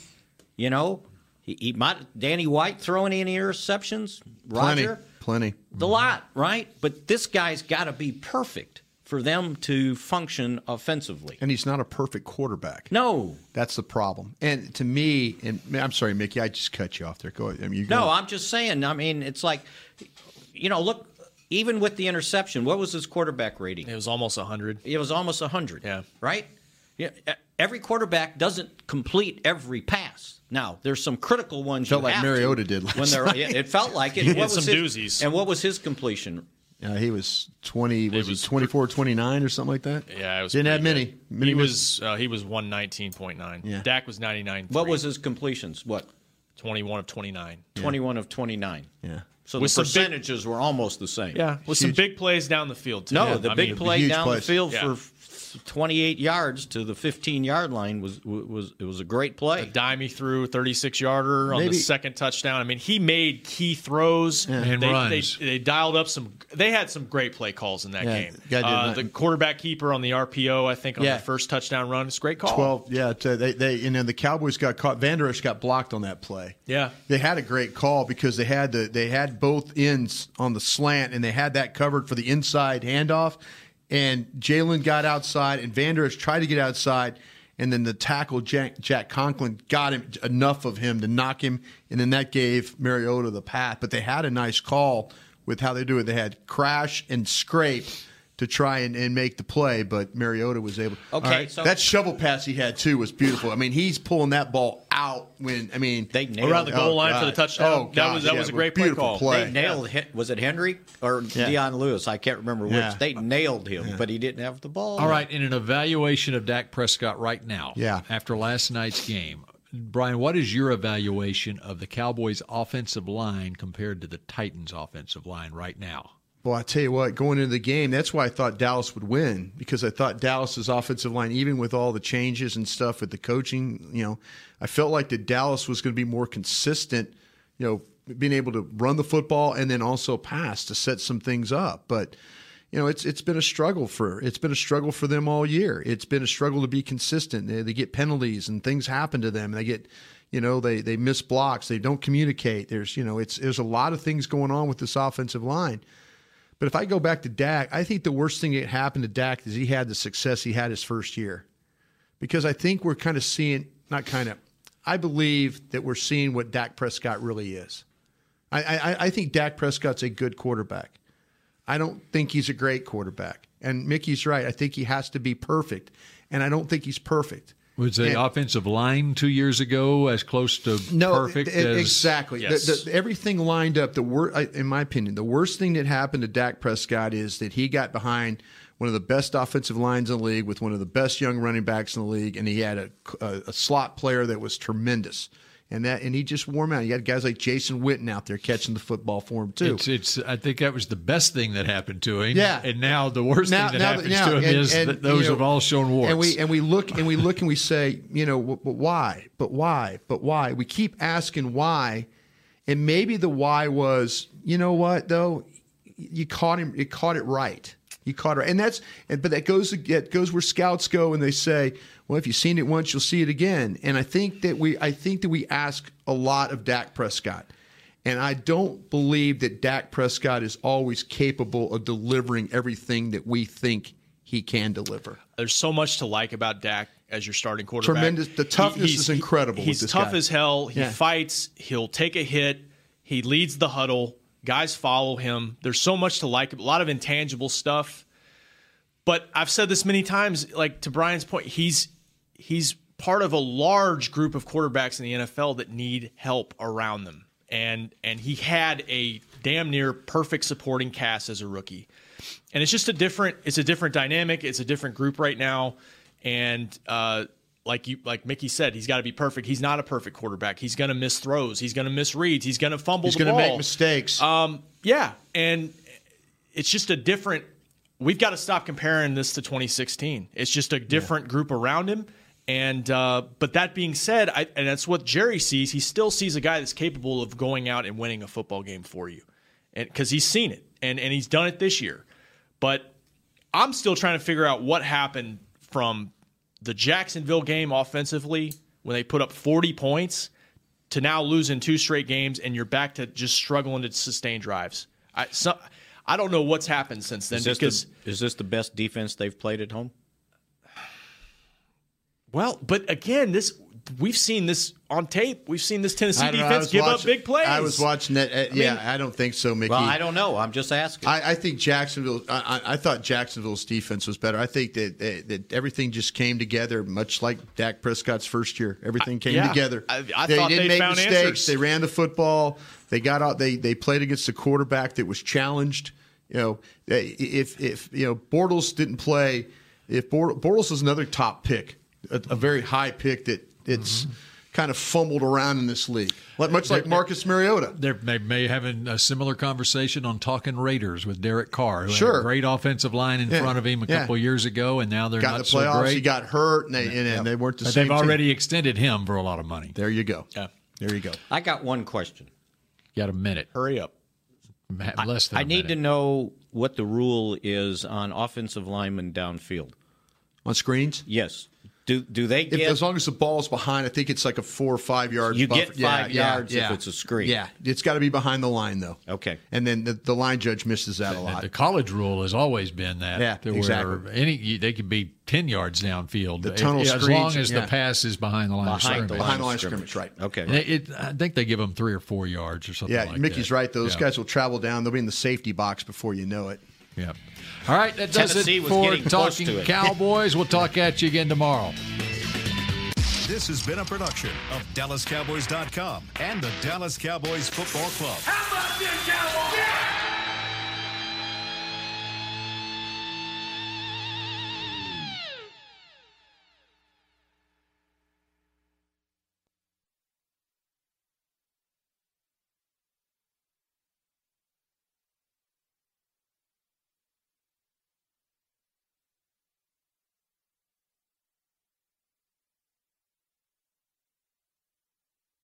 Speaker 5: You know, he, he might. Danny White throwing any interceptions?
Speaker 6: Plenty.
Speaker 5: Roger?
Speaker 6: Plenty.
Speaker 5: The lot, right? But this guy's got to be perfect for them to function offensively.
Speaker 6: And he's not a perfect quarterback.
Speaker 5: No.
Speaker 6: That's the problem. And to me, and I'm sorry, Mickey, I just cut you off there. Go ahead. I mean, you
Speaker 5: No,
Speaker 6: go-
Speaker 5: I'm just saying. I mean, it's like, you know, look, even with the interception, what was his quarterback rating? It
Speaker 2: was almost 100.
Speaker 5: It was almost 100. Yeah. Right? Yeah. e- Every quarterback doesn't complete every pass. Now, there's some critical ones
Speaker 6: Felt
Speaker 5: you
Speaker 6: like
Speaker 5: have to
Speaker 6: Mariota did last
Speaker 5: when they're,
Speaker 6: night.
Speaker 5: yeah, It felt like it.
Speaker 6: *laughs* He
Speaker 5: And
Speaker 6: had
Speaker 5: what was
Speaker 6: some
Speaker 5: his-
Speaker 6: doozies.
Speaker 5: And what was his completion?
Speaker 6: Uh, he was 20, was, he 24, 29 or something like that?
Speaker 2: Yeah, it was
Speaker 6: Didn't have
Speaker 2: pretty
Speaker 6: many.
Speaker 2: good.
Speaker 6: many
Speaker 2: he
Speaker 6: misses.
Speaker 2: was uh, he was one nineteen point nine.
Speaker 6: Yeah.
Speaker 2: Dak was ninety nine.
Speaker 5: What was his completions? What?
Speaker 2: Twenty one of twenty nine.
Speaker 5: 21 of 29.
Speaker 6: Yeah.
Speaker 5: So
Speaker 2: With
Speaker 5: the
Speaker 2: some big-
Speaker 5: percentages were almost the same.
Speaker 2: Yeah, with some big plays down the field. Too.
Speaker 5: No,
Speaker 2: Yeah,
Speaker 5: the
Speaker 2: I
Speaker 5: big
Speaker 2: mean-
Speaker 5: play down the field
Speaker 2: Yeah.
Speaker 5: for f- 28 yards to the 15 yard line was was it was a great play.
Speaker 2: dime he threw, 36 yarder on
Speaker 5: Maybe-
Speaker 2: the second touchdown. I mean, he made key throws
Speaker 4: And
Speaker 2: they,
Speaker 4: runs.
Speaker 2: They, they dialed up some. They had some great play calls in that
Speaker 6: Yeah,
Speaker 2: game.
Speaker 6: guy did
Speaker 2: Uh,
Speaker 6: not-
Speaker 2: the quarterback keeper on the RPO, I think, on
Speaker 6: Yeah.
Speaker 2: the first touchdown run, it's a great call.
Speaker 6: 12, yeah. t- They, they, and then the Cowboys got caught. Van Der Esch got blocked on that play.
Speaker 2: Yeah,
Speaker 6: They had a great call because they had the they had both ends on the slant and they had that covered for the inside handoff. And Jalen got outside and Vanderess tried to get outside, and then the tackle Jack, Jack Conklin got him enough of him to knock him, and then that gave Mariota the path. But they had a nice call with how they do it. They had crash and scrape to try and, and make the play, but Mariota was able.
Speaker 5: Okay,
Speaker 6: All right,
Speaker 5: so-
Speaker 6: that shovel pass he had too was beautiful. I mean, he's pulling that ball out when I mean they
Speaker 5: nailed Around the it. goal line for the touchdown.
Speaker 6: Oh,
Speaker 5: That
Speaker 6: gosh,
Speaker 5: was- that
Speaker 6: yeah,
Speaker 5: was a
Speaker 6: it
Speaker 5: great play
Speaker 6: beautiful
Speaker 5: call. They nailed him. Was it Henry or Deion Lewis? I can't remember which.
Speaker 4: Yeah.
Speaker 5: They nailed him, but he didn't have the ball.
Speaker 4: All right, in an evaluation of Dak Prescott right now,
Speaker 5: Yeah.
Speaker 4: after last night's game, Brian, what is your evaluation of the Cowboys' offensive line compared to the Titans' offensive line right now?
Speaker 6: Well, I tell you what, going into the game, that's why I thought Dallas would win because I thought Dallas's offensive line, even with all the changes and stuff with the coaching, you know, I felt like that Dallas was going to be more consistent, you know, being able to run the football and then also pass to set some things up. But you know, it's it's been a struggle for it's been a struggle for them all year. It's been a struggle to be consistent. They, they get penalties and things happen to them. They get, you know, they they miss blocks. They don't communicate. There's you know, it's there's a lot of things going on with this offensive line. But if I go back to Dak, I think the worst thing that happened to Dak is he had the success he had his first year. Because I think we're kind of seeing, not kind of, I believe that we're seeing what Dak Prescott really is. I, I, I think Dak Prescott's a good quarterback. I don't think he's a great quarterback. And Mickey's right. I think he has to be perfect. And I don't think he's perfect.
Speaker 4: Was the
Speaker 6: Yeah.
Speaker 4: offensive line two years ago as close to
Speaker 6: No,
Speaker 4: perfect
Speaker 6: e- e-
Speaker 4: as
Speaker 6: exactly. The- the- everything lined up. The wor- I- in my opinion, the worst thing that happened to Dak Prescott is that he got behind one of the best offensive lines in the league with one of the best young running backs in the league, and he had a, a, a slot player that was tremendous. And that, and he just wore him out. He had guys like Jason Witten out there catching the football for him too.
Speaker 4: It's, it's. I think that was the best thing that happened to him.
Speaker 6: Yeah.
Speaker 4: And now the worst
Speaker 6: Now-
Speaker 4: thing that
Speaker 6: now-
Speaker 4: happens
Speaker 6: now-
Speaker 4: to him
Speaker 6: and-
Speaker 4: is
Speaker 6: and,
Speaker 4: that those
Speaker 6: you know,
Speaker 4: have all shown warts.
Speaker 6: And we and we look and we look and we say, you know, w- but why? But why? But why? We keep asking why, and maybe the why was, you know what though, you caught him. You caught it right. You caught it, right. and that's and but that goes that goes where scouts go and they say, well, if you've seen it once, you'll see it again. And I think that we I think that we ask a lot of Dak Prescott. And I don't believe that Dak Prescott is always capable of delivering everything that we think he can deliver.
Speaker 2: There's so much to like about Dak. as your starting quarterback.
Speaker 6: Tremendous- the toughness
Speaker 2: he's-
Speaker 6: is incredible with
Speaker 2: He's
Speaker 6: this
Speaker 2: tough
Speaker 6: guy.
Speaker 2: as hell. He
Speaker 6: Yeah.
Speaker 2: fights. He'll take a hit. He leads the huddle. Guys follow him. There's so much to like. A lot of intangible stuff. But I've said this many times. Like to Brian's point, he's he's part of a large group of quarterbacks in the NFL that need help around them. And and he had a damn near perfect supporting cast as a rookie. And it's just a different it's a different dynamic, it's a different group right now and uh like you like Mickey said, he's got to be perfect. He's not a perfect quarterback. He's going to miss throws, he's going to miss reads, he's going to fumble
Speaker 6: He's
Speaker 2: the
Speaker 6: gonna
Speaker 2: ball.
Speaker 6: make mistakes.
Speaker 2: Um yeah, and it's just a different we've got to stop comparing this to 2016 it's just a different group around him and uh, but that being said I, and that's what jerry sees he still sees a guy that's capable of going out and winning a football game for you and because he's seen it and and he's done it this year but i'm still trying to figure out what happened from the jacksonville game offensively when they put up 40 points to now losing two straight games and you're back to just struggling to sustain drives. I so, I don't know what's happened since then
Speaker 5: Is this,
Speaker 2: because
Speaker 5: the, is this the best defense they've played at home?
Speaker 2: well, but again, this we've seen this on tape. We've seen this Tennessee
Speaker 6: I don't know, I
Speaker 2: defense
Speaker 6: was
Speaker 2: give up
Speaker 6: watching-
Speaker 2: big plays.
Speaker 6: I was watching that. uh, yeah,
Speaker 2: mean-
Speaker 6: I don't think so, Mickey.
Speaker 5: Well, I don't know. I'm just asking.
Speaker 6: I, I think Jacksonville. I, I I thought Jacksonville's defense was better. I think that, that that everything just came together, much like Dak Prescott's first year. Everything came
Speaker 2: yeah.
Speaker 6: together.
Speaker 2: I- I thought they found
Speaker 6: mistakes.
Speaker 2: answers.
Speaker 6: They ran the football. They got out. They they played against a quarterback that was challenged. You know, they- if if you know Bortles didn't play, if Bort- Bortles was another top pick, a, a very high pick that it's
Speaker 2: Mm-hmm.
Speaker 6: kind of fumbled around in this league, like, much like Marcus Mariota.
Speaker 4: They're, they may have a similar conversation on talking Raiders with Derek Carr. who had a
Speaker 6: Sure.
Speaker 4: great offensive line in
Speaker 6: Yeah.
Speaker 4: front of him a
Speaker 6: Yeah.
Speaker 4: couple years ago, and now they're
Speaker 6: got
Speaker 4: not
Speaker 6: the playoffs.
Speaker 4: so great.
Speaker 6: He got hurt, and they, and, and they weren't the
Speaker 4: But
Speaker 6: same.
Speaker 4: they've
Speaker 6: team.
Speaker 4: already extended him for a lot of money.
Speaker 6: There you go.
Speaker 2: Yeah.
Speaker 6: There you go.
Speaker 5: I got one question.
Speaker 4: Got a minute.
Speaker 2: Hurry up.
Speaker 4: Ma- Less than
Speaker 5: I
Speaker 4: a
Speaker 5: need to
Speaker 4: minute.
Speaker 5: know what the rule is on offensive linemen downfield.
Speaker 6: On screens?
Speaker 5: Yes. Do do they
Speaker 6: If,
Speaker 5: get
Speaker 6: as long as the ball's behind, I think it's like a four or five yard.
Speaker 5: You
Speaker 6: buffer.
Speaker 5: get five yards if it's a screen.
Speaker 6: Yeah, it's got to be behind the line though. Okay, and then the, the line judge misses that a lot.
Speaker 4: The college rule has always been that.
Speaker 6: Yeah,
Speaker 4: to
Speaker 6: exactly.
Speaker 4: Where any you- they could be ten yards downfield.
Speaker 6: The tunnel
Speaker 4: as, as
Speaker 6: screens,
Speaker 4: long as
Speaker 6: yeah.
Speaker 4: the pass is behind the line of
Speaker 6: Behind
Speaker 4: scrimmage.
Speaker 6: the line Behind the line of scrimmage, scrimmage, right.
Speaker 5: Okay.
Speaker 4: And It, it- I think they give them three or four yards or something.
Speaker 6: Yeah,
Speaker 4: like
Speaker 6: Mickey's
Speaker 4: that.
Speaker 6: right though. Those
Speaker 4: Yeah.
Speaker 6: guys will travel down. They'll be in the safety box before you know it.
Speaker 4: Yeah. All right, that does
Speaker 6: Tennessee
Speaker 4: it
Speaker 6: was
Speaker 4: for
Speaker 6: getting close
Speaker 4: talking
Speaker 6: to it.
Speaker 4: Cowboys. We'll talk at you again tomorrow.
Speaker 17: This has been a production of DallasCowboys.com and the Dallas Cowboys Football Club.
Speaker 3: How about this, Cowboys?